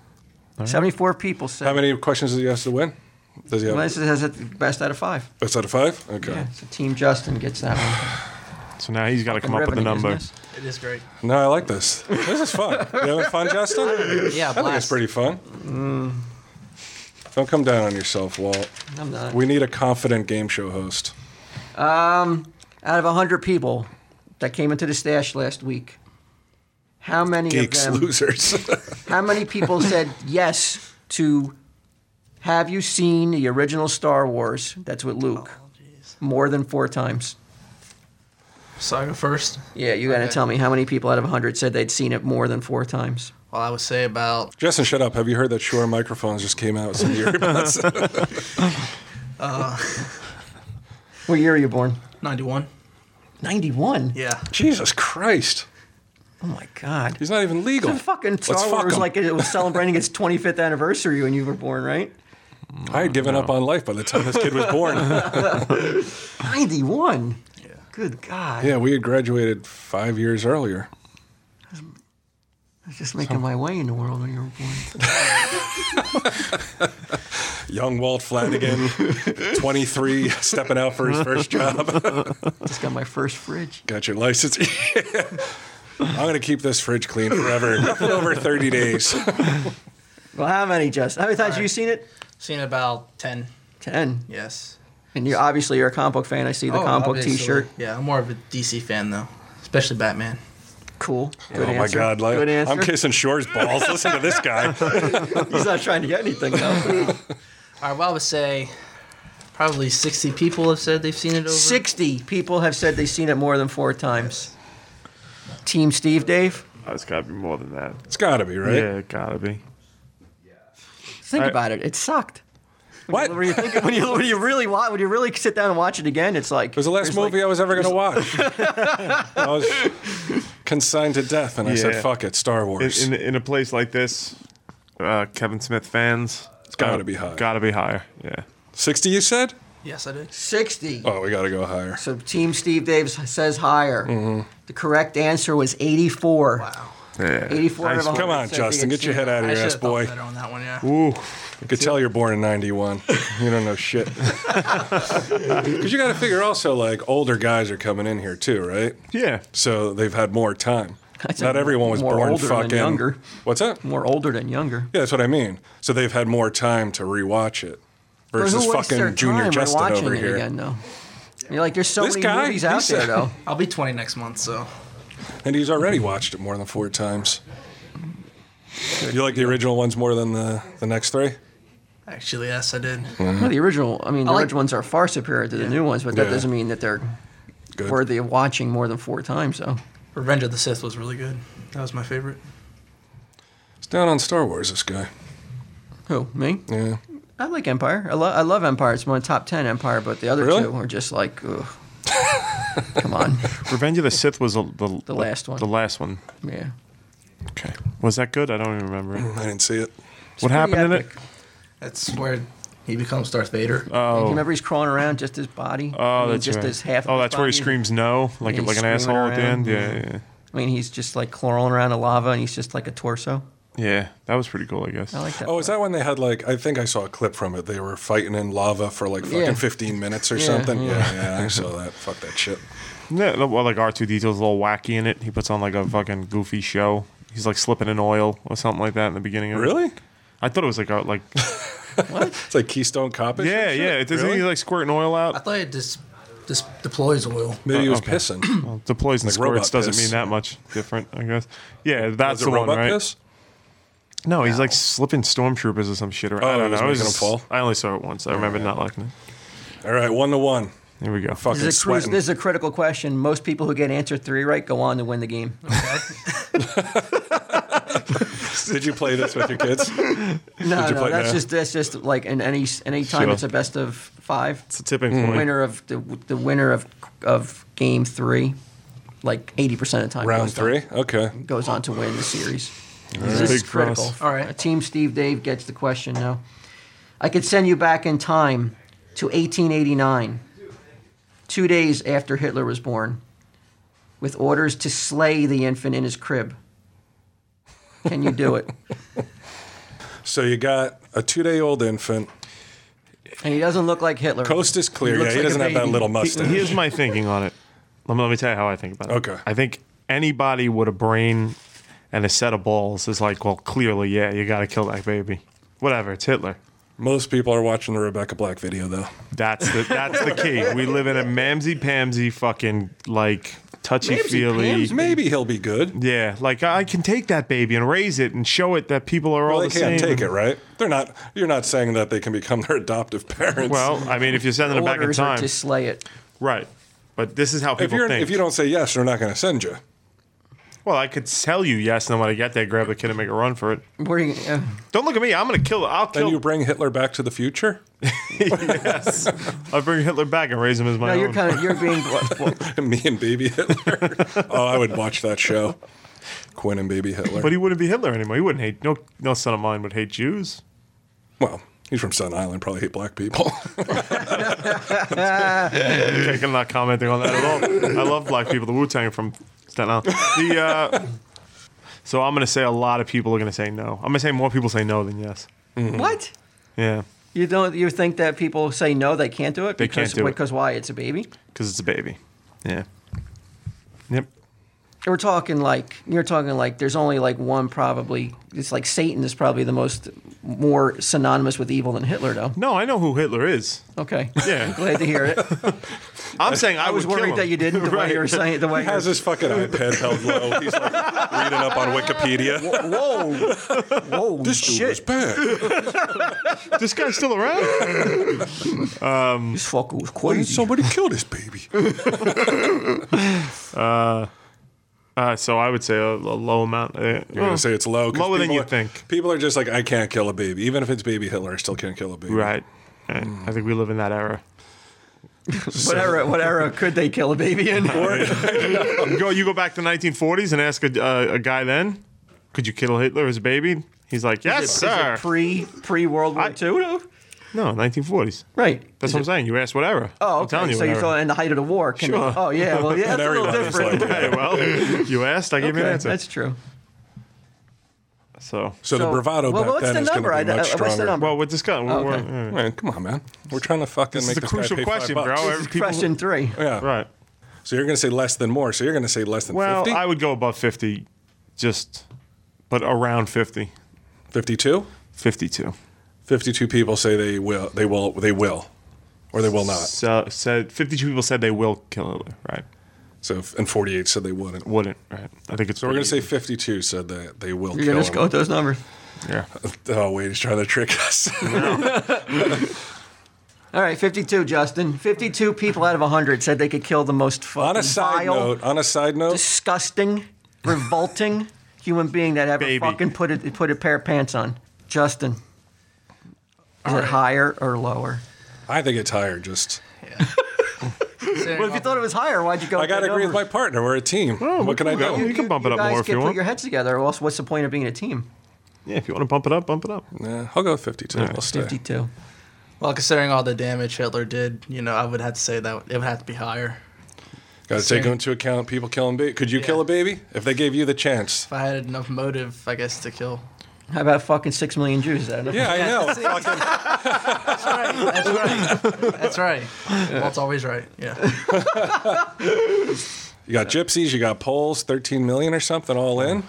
S3: 74 people said.
S1: How many questions does he have to win? Does he
S3: Well,
S1: have
S3: this is- has it best out of five.
S1: best out of five? Okay.
S3: Yeah, so Team Justin gets that one.
S5: So now he's got to come up with a
S3: Riveting, isn't
S5: number.
S3: this?
S8: It is great.
S1: No, I like this. This is fun. you having fun, Justin?
S3: Yeah,
S1: I think it's
S3: blast. Mm.
S1: pretty fun. Don't come down on yourself, Walt.
S3: I'm not.
S1: We need a confident game show host.
S3: Out of 100 people that came into the stash last week, how many
S1: Geeks,
S3: of them?
S1: losers.
S3: How many people said yes to have you seen the original Star Wars? That's with Luke. More than four times.
S8: So I go first.
S3: Yeah, you gotta
S8: Okay.
S3: tell me how many people out of 100 said they'd seen it more than four times.
S8: Well, I would say about
S1: Justin, shut up. Have you heard that Shure microphones just came out with some earbuds?
S3: What year were you born?
S8: 91.
S3: 91?
S8: Yeah.
S1: Jesus Christ.
S3: Oh my god.
S1: He's not even legal.
S3: The fucking Star
S1: Let's fuck
S3: Wars was
S1: him.
S3: like it was celebrating its 25th anniversary when you were born, right?
S1: I had given up on life by the time this kid was born.
S3: 91. Yeah. Good god.
S1: yeah, we had graduated five years earlier.
S3: I was just making my way in the world when you were born.
S1: Young Walt Flanagan, 23, stepping out for his first job.
S3: Just got my first fridge.
S1: Got your license. I'm going to keep this fridge clean forever. Nothing over 30 days.
S3: Well, how many, Justin? How many times have you seen it?
S8: Seen about 10.
S3: 10.
S8: Yes.
S3: And you obviously you're a comic book fan. I see the comic book T-shirt.
S8: Oh, Yeah, I'm more of a DC fan though, especially Batman.
S3: Cool. Good
S1: oh
S3: answer.
S1: my God! Like,
S3: Good answer.
S1: I'm kissing Shore's balls. Listen to this guy.
S3: He's not trying to get anything though.
S8: All right. Well, I would say probably 60 people have said they've seen it over.
S3: Sixty people have said they've seen it more than four times. Team Steve, Dave.
S5: Oh, it's got to be more than that.
S1: It's got to be right.
S5: Yeah, it got to be.
S3: Think
S5: I-
S3: about it. It sucked.
S1: What?
S3: When you, think, when you when you really wa when you really sit down and watch it again, it's like
S1: It was the last
S3: there's
S1: movie
S3: Like,
S1: I was ever going to watch. I was consigned to death, and I
S5: Yeah.
S1: said, "Fuck it, Star
S5: In,
S1: Wars."
S5: in, in a place like this, uh, Kevin Smith fans. It's
S1: gotta be high.
S5: Got to be higher. Yeah.
S1: Sixty, you said?
S8: Yes, I did.
S3: Sixty.
S1: Oh, we got to go higher.
S3: So Team Steve Daves says higher. The correct answer was 84.
S8: Wow.
S5: Yeah.
S3: 84 out of
S5: Nice one.
S1: Come on,
S3: Said they had
S1: Justin, get your
S3: seen
S1: head out of
S8: I
S1: your
S8: should
S1: ass,
S8: have thought
S1: boy.
S8: better on that one. Yeah.
S5: Ooh.
S1: I could tell you're born in 91. You don't know shit. Because you got to figure also, like, older guys are coming in here too, right?
S5: Yeah.
S1: So they've had more time.
S3: I'd say
S1: Not everyone was
S3: more
S1: born
S3: older than
S1: fucking.
S3: younger.
S1: What's that?
S3: More older than younger.
S1: Yeah, that's what I mean. So they've had more time to rewatch it
S3: But
S1: versus
S3: who wastes their
S1: fucking Junior
S3: time
S1: Justin
S3: watching
S1: over
S3: it
S1: here.
S3: Again, though. You're like, there's so
S1: This
S3: many
S1: guy,
S3: movies
S1: he
S3: out there,
S1: said-
S3: though.
S8: I'll be 20 next month, so
S1: And he's already watched it more than four times. You like the original ones more than the, the next three?
S8: actually, yes, I did.
S3: Well, the original, I mean, the
S8: like-
S3: original ones are far superior to the new ones, but that
S1: Yeah.
S3: doesn't mean that they're
S1: Good.
S3: worthy of watching more than four times, though.
S8: Revenge of the Sith was really good. That was my favorite.
S1: It's down on Star Wars, this guy.
S3: Who me?
S1: Yeah.
S3: I like Empire. I, lo- I love Empire. It's my top ten Empire, but the other
S1: Really?
S3: two are just like, ugh. come on,
S5: Revenge of the Sith was the, the,
S3: The last one.
S5: The last one.
S3: yeah.
S5: Okay. Was that good? I don't even remember.
S1: I didn't see it.
S5: what happened in it?
S8: That's where he becomes Darth Vader.
S3: Oh.
S5: Oh.
S3: Remember, he's crawling around just his body. I
S5: Oh,
S3: mean,
S5: that's
S3: just
S5: right.
S3: his half. of
S5: oh,
S3: his
S5: that's where he
S3: body.
S5: screams no, like
S3: Yeah,
S5: like
S3: he's
S5: an asshole
S3: screaming
S5: at the
S3: around,
S5: end. Yeah, yeah,
S3: I mean, he's just like crawling around a lava, and he's just like a torso.
S5: yeah. Yeah, that was pretty cool, I guess.
S3: I like that.
S1: Oh, is that when they had like I think I saw a clip from it. They were fighting in lava for like fucking
S3: Yeah.
S1: 15 minutes or
S3: Yeah,
S1: something.
S3: yeah.
S1: Yeah, yeah, I saw that. Fuck that shit.
S5: Yeah, well, like R two D 2s a little wacky in it. He puts on like a fucking goofy show. He's like slipping in oil or something like that in the beginning. of it.
S1: Really?
S5: I thought it was like a, like
S1: It's like Keystone Cop.
S5: yeah yeah. It doesn't he like squirting oil
S8: I
S5: out?
S8: thought it just just deploys oil.
S1: Maybe he was
S5: Oh, Okay.
S1: pissing.
S5: Well, deploys and
S1: Like robot
S5: squirts doesn't
S1: piss.
S5: mean that much different, I guess. Yeah, that's
S1: Was it
S5: the one,
S1: robot
S5: right?
S1: piss?
S5: No, he's like slipping stormtroopers or some shit. Or,
S1: Oh,
S5: I
S1: he
S5: don't
S1: was
S5: know. I
S1: making them fall?
S5: I only saw it once. I remember not liking it.
S1: All right, one to one.
S5: Here we go.
S1: Fucking
S3: This is, a cru-
S1: sweating.
S3: this is a critical question. Most people who get answer three right go on to win the game.
S1: Did you play this with your kids?
S3: No,
S1: you
S3: no,
S1: play-
S3: that's
S1: no.
S3: just that's just like in any any time
S5: Sure.
S3: it's a best of five. Mm-hmm.
S5: It's a tipping point.
S3: Mm. Winner of the the winner of of game three, like eighty percent of the time
S1: Round
S3: goes
S1: three. Okay.
S3: on, goes on to win the series.
S5: Big
S3: This is
S5: cross.
S3: critical.
S8: All right.
S3: Team Steve Dave gets the question now. I could send you back in time to 1889, two days after Hitler was born, with orders to slay the infant in his crib. Can you do it?
S1: So you got a two-day-old infant.
S3: And he doesn't look like Hitler.
S1: Coast is clear.
S8: He
S1: Yeah,
S8: looks
S1: he
S8: like a
S1: doesn't have that
S8: baby.
S1: little
S5: He-
S1: mustache.
S5: Here's my thinking on it. Let me, let me tell you how I think about it.
S1: Okay.
S5: I think anybody with a brain and a set of balls is like, well, clearly, yeah, you got to kill that baby. Whatever, it's Hitler.
S1: Most people are watching the Rebecca Black video though.
S5: That's the that's the key. We live in a mamsy pamsy fucking like touchy feely.
S1: Maybe he'll be good.
S5: Yeah, like I can take that baby and raise it and show it that people are all
S1: Well, they
S5: the
S1: can't
S5: same.
S1: take it, right? They're not. You're not saying that they can become their adoptive parents.
S5: Well, I mean, if you're sending it back in
S3: Orders are
S5: time,
S3: to slay it.
S5: right? But this is how people
S1: if you're
S5: think.
S1: if you don't say yes, they're not going to send you.
S5: well, I could tell you yes, and then when I get there, grab the kid and make a run for it.
S3: What are you? Uh,
S5: Don't look at me. I'm gonna kill. I'll
S1: Then
S5: kill.
S1: you bring Hitler back to the future.
S5: yes, I'll bring Hitler back and raise him as my
S3: no,
S5: own.
S3: you're kind of you're being. what- what-
S1: Me and Baby Hitler. oh, I would watch that show. Quinn and Baby Hitler.
S5: but he wouldn't be Hitler anymore. He wouldn't hate. No, no son of mine would hate Jews.
S1: well, he's from Sun Island. Probably hate black people.
S5: Okay, I'm not commenting on that at all. I love black people. The Wu Tang from Staten Island. The, uh, so I'm gonna say a lot of people are gonna say no. I'm gonna say more people say no than yes.
S3: what?
S5: Yeah,
S3: You don't? You think that people say no? They can't do it
S5: They
S3: because
S5: can't do it.
S3: because why? It's a baby.
S5: because it's a baby. Yeah. Yep.
S3: We're talking like you're talking like there's only like one probably. It's like Satan is probably the most more synonymous with evil than Hitler though.
S5: No, I know who Hitler is.
S3: Okay.
S5: Yeah.
S3: Glad to hear it.
S5: I'm saying I,
S3: I was
S5: would kill
S3: worried
S5: him.
S3: that you didn't. The way you were saying the way.
S1: He has his fucking iPad held low. He's like reading up on Wikipedia.
S3: Whoa. Whoa.
S1: This dude was bad.
S5: this guy's still around.
S3: This fucker was
S1: Why did
S3: crazy.
S1: somebody kill this baby?
S5: Uh, so I would say a, a low amount. Uh,
S1: You're gonna say it's low. 'cause
S5: Lower than
S1: people
S5: you
S1: are-
S5: think.
S1: People are just like, I can't kill a baby, even if it's baby Hitler. I still can't kill a baby.
S5: right. Right. I think we live in that era.
S3: What era, what era could they kill a baby in?
S5: You go, you go back to 1940s and ask a, uh, a guy then, could you kill Hitler as a baby? He's like, yes, sir.
S3: Pre pre World War
S5: I-
S3: II? though?
S5: no, 1940s.
S3: Right.
S5: That's what I'm saying. You asked what era.
S3: Oh,
S5: I'm
S3: okay.
S5: telling you.
S3: so you're
S5: what
S3: talking in the height of the war. Can
S5: Sure.
S3: oh yeah, well yeah,
S1: And
S3: that's a little
S1: everybody's
S3: different.
S1: like,
S5: era. well, you asked. I gave you an
S3: Okay,
S5: answer.
S3: that's true.
S5: so,
S1: So, the
S3: So-
S1: bravado
S3: well,
S1: back
S3: what's
S1: then
S3: the
S1: is going to
S3: number?
S1: be much
S3: I- uh, what's the
S1: stronger.
S3: number?
S5: well, we're discussing. We're,
S3: Okay.
S5: we're,
S1: Man, come on, man. We're trying to fucking
S5: this
S1: make
S5: is a
S1: this guy
S5: crucial
S1: pay five
S5: question,
S1: bucks.
S5: bro.
S3: This is
S5: Every people-
S3: question three.
S1: Yeah.
S5: Right.
S1: So you're going to say less than more. So you're going to say less than
S5: Well,
S1: 50?
S5: I would go above 50, just, but around 50.
S1: 52?
S5: 52.
S1: 52 people say they will. They will. They will. Or they will not.
S5: So, said 52 people said they will kill Hitler, right?
S1: So and 48 said they wouldn't.
S5: Wouldn't, right? I think it's.
S1: So we're going to
S5: pretty-
S1: say 52 said that they will kill
S3: You're gonna just
S1: him.
S3: go with those numbers.
S5: Yeah.
S1: Oh wait, he's trying to trick us.
S3: All right, 52, Justin. 52 people out of 100 said they could kill the most fucking
S1: on a side
S3: vile,
S1: note, on a side note,
S3: disgusting, revolting human being that ever
S5: Baby.
S3: fucking put a, put a pair of pants on. Justin, is it higher or lower?
S1: I think it's higher. Just
S3: Well, if you thought it was higher, why'd you go?
S1: I got to agree with my partner. We're a team. what can I
S5: go.
S1: do?
S5: You can bump it up
S3: guys
S5: more if
S3: can
S5: you
S3: Put
S5: want.
S3: your heads together, or else what's the point of being a team?
S5: Yeah, if you want to bump it up, bump it up.
S1: Nah, I'll go with 52. I'll stay.
S3: 52.
S8: Well, considering all the damage Hitler did, you know, I would have to say that it would have to be higher.
S1: Got to take into account people killing baby. Could you kill a baby if they gave you the chance?
S8: If I had enough motive, I guess, to kill.
S3: How about fucking six million Jews? Is that enough?
S1: Yeah, I know. Fucking-
S8: That's right. That's right. Well, it's always right. Yeah.
S1: you got gypsies, you got Poles, 13 million or something all in.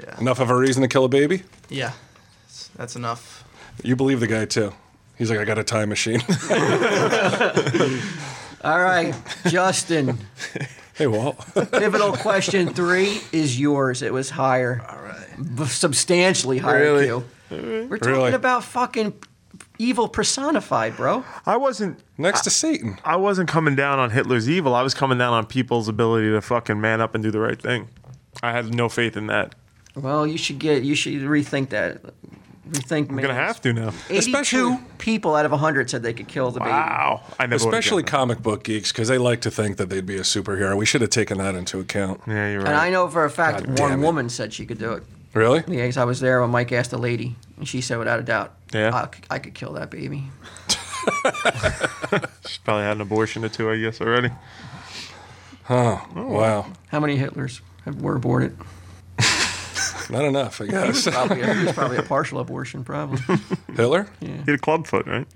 S8: Yeah.
S1: Enough of a reason to kill a baby.
S8: Yeah. That's enough.
S1: You believe the guy too. He's like, I got a time machine.
S3: All right, Justin.
S1: hey, Walt.
S3: Pivotal question three is yours. It was higher.
S8: All right.
S3: b- substantially higher
S8: Really?
S3: than you. We're talking
S1: Really?
S3: about fucking evil personified, bro.
S5: I wasn't.
S1: Next to Satan.
S5: I wasn't coming down on Hitler's evil. I was coming down on people's ability to fucking man up and do the right thing. I had no faith in that.
S3: Well, you should get you should rethink that. Rethink.
S5: I'm gonna have to now.
S3: Eighty-two
S1: Especially-
S3: people out of hundred said they could kill the baby.
S5: Wow, I never. would've
S1: Especially
S5: gotten
S1: comic book geeks because they like to think that they'd be a superhero. We should have taken that into account.
S5: that. Yeah, you're
S3: And I
S5: right.
S3: know for a fact
S1: God damn
S3: one
S1: it.
S3: woman said she could do it.
S1: Really?
S3: Yes, I was there when Mike asked a lady, and she said without a doubt,
S5: Yeah.
S3: I, c- I could kill that baby.
S5: She's probably had an abortion or two, I guess already.
S1: Wow.
S3: How many Hitlers have, were aborted?
S1: Not enough, I guess.
S3: Probably, it was probably a partial abortion, probably
S1: Hitler?
S5: He had a club foot, right?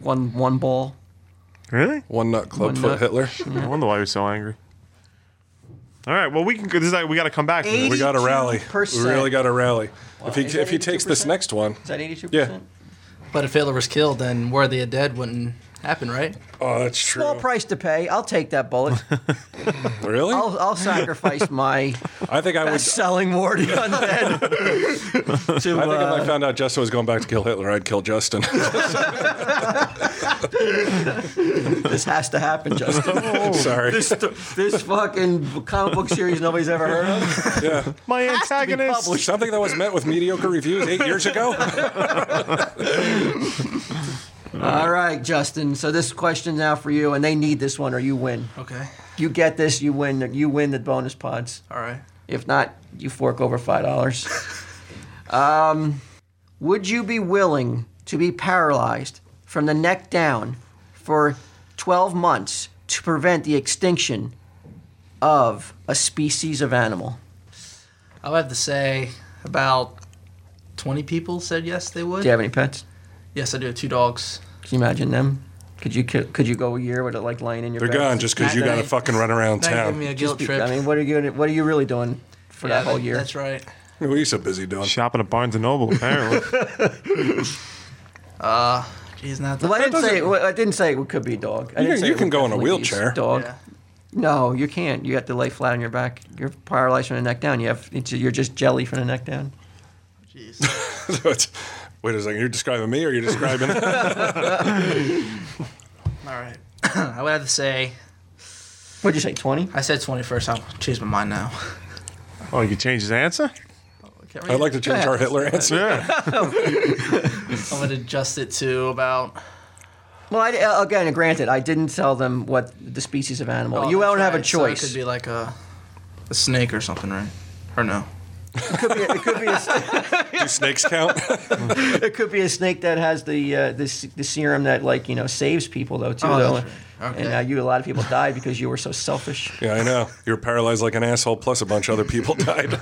S3: one one ball.
S5: Really?
S1: One nut club
S3: One
S1: foot
S3: nut.
S1: Hitler.
S5: I wonder why he was so angry. All right. Well, we can. This is like, we got to come back. to this.
S1: We got to rally. We
S3: 82%.
S1: really got to rally. If he
S3: Is
S1: if
S3: that
S1: he takes this
S3: 82%?
S1: next one,
S3: Is that 82%?
S1: Yeah.
S8: But if Hitler was killed, then where the dead wouldn't happen, right?
S1: oh, that's true.
S3: Small price to pay. I'll take that bullet.
S1: Really?
S3: I'll, I'll sacrifice my
S1: I think I would. I
S3: Oh, best selling war to undead. to,
S1: think if I
S3: uh,
S1: found out Justin was going back to kill Hitler, I'd kill Justin.
S3: this has to happen, Justin.
S1: Sorry.
S3: Oh, this, this fucking comic book series nobody's ever heard of.
S1: Yeah.
S5: My
S3: to be
S5: antagonist.
S3: published.
S1: Something that was met with mediocre reviews eight years ago.
S3: All right, Justin. So this question's now for you, and they need this one, or you win.
S8: Okay.
S3: You get this, you win. You win the bonus pods.
S8: All right.
S3: If not, you fork over five dollars. um, would you be willing to be paralyzed from the neck down for twelve months to prevent the extinction of a species of animal?
S8: I'll have to say about 20 people said yes, they would.
S3: Do you have any pets?
S8: Yes, I do. Two dogs.
S3: Can you imagine them? Could you could you go a year with it like lying in your
S1: They're
S3: bed?
S1: gone just because you got to fucking run around
S8: That give me
S1: town.
S8: a
S3: Just
S8: guilt
S3: be-
S8: trip.
S3: I mean, what are you what are you really doing for
S8: Yeah,
S3: that whole year?
S8: That's right.
S1: We're so busy doing.
S5: Shopping at Barnes and Noble, apparently.
S8: Jeez, not
S3: Well, I
S8: that.
S3: didn't say well, I didn't say it could be a dog. I
S1: You
S3: didn't
S1: can-
S3: say
S1: you
S3: it
S1: can
S3: would
S1: go in a
S3: definitely be
S1: wheelchair.
S3: Dog.
S8: Yeah.
S3: No, you can't. You have to lay flat on your back. You're paralyzed from the neck down. You have it's, you're just jelly from the neck down.
S8: Jeez.
S1: So it's- Wait a second. You're describing me, or you're describing?
S8: All right. I would have to say,
S3: What'd you say? Twenty?
S8: I said 21st. I'll change my mind now.
S5: oh, you could change his answer.
S8: Can't
S1: I'd
S8: really-
S1: like to change our Hitler answer.
S5: Yeah.
S8: I'm going to adjust it to about.
S3: Well, I, uh, again, granted, I didn't tell them what the species of animal.
S8: Oh,
S3: you
S8: that's
S3: don't have a
S8: right. So
S3: choice.
S8: it could be like a, a snake or something, right? Or no?
S3: it could be a,
S1: Do snakes count?
S3: it could be a snake that has the uh, the, s- the serum that like you know saves people though too.
S8: Oh,
S3: though.
S8: that's right.
S3: And
S8: Okay.
S3: uh, you, a lot of people died because you were so selfish.
S1: yeah, I know. You were paralyzed like an asshole. Plus, a bunch of other people died.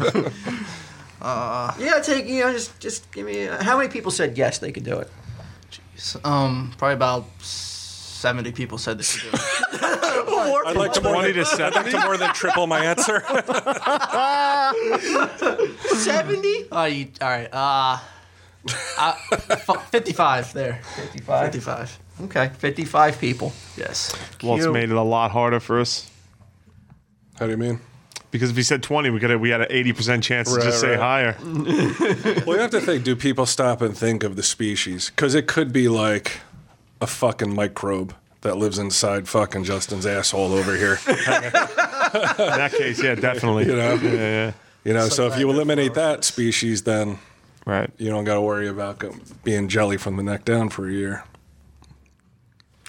S3: Yeah, take you know just just give me. uh, how many people said yes they could do it?
S8: S- Um, probably about 70 people said they could do it.
S1: I'd like to more
S5: Twenty
S1: than,
S5: to
S1: I'd like
S5: seventy.
S1: to more than triple my answer.
S3: Seventy.
S8: Oh, you, all right. Uh, uh, f- 55 there.
S3: 55.
S8: 55.
S3: Okay, 55 people.
S8: Yes.
S5: Well, it's made it a lot harder for us
S1: How do you mean?
S5: because if he said twenty, we could have, we had an eighty percent chance
S1: Right,
S5: to just say
S1: right.
S5: higher.
S1: Well, you have to think. Do people stop and think of the species? Because it could be like a fucking microbe that lives inside fucking Justin's asshole over here.
S5: In that case, yeah, definitely.
S1: You know?
S5: Yeah, yeah.
S1: You know. so if you eliminate that species, then
S5: Right.
S1: you don't got to worry about go- being jelly from the neck down for a year.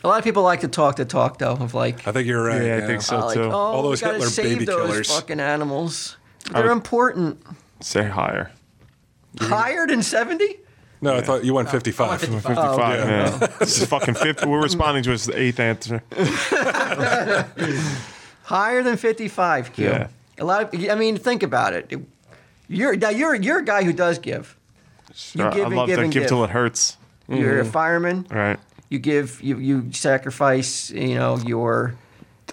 S3: A lot of people like to talk the talk, though, of like,
S1: I think you're right.
S5: Yeah, I think so
S3: uh, like
S5: too.
S3: oh,
S1: All those
S3: we gotta
S1: Hitler
S3: save
S1: baby
S3: those
S1: killers."
S3: fucking animals. They're
S5: would- Mm-hmm.
S3: important.
S5: Say higher.
S3: Higher than 70?
S1: No, I thought you went 55.
S5: Fifty-five.
S1: yeah.
S5: yeah. this is fucking fifty. We're responding to his eighth answer.
S3: Higher than 55, Q.
S5: Yeah.
S3: A lot of, I mean, think about it. You're, now, you're, you're a guy who does give. You
S5: Sure,
S3: give
S5: I
S3: and
S5: love
S3: give
S5: to
S3: and
S5: give
S3: give.
S5: till it hurts.
S3: You're a fireman.
S5: Right.
S3: You give, you, you sacrifice, you know, your.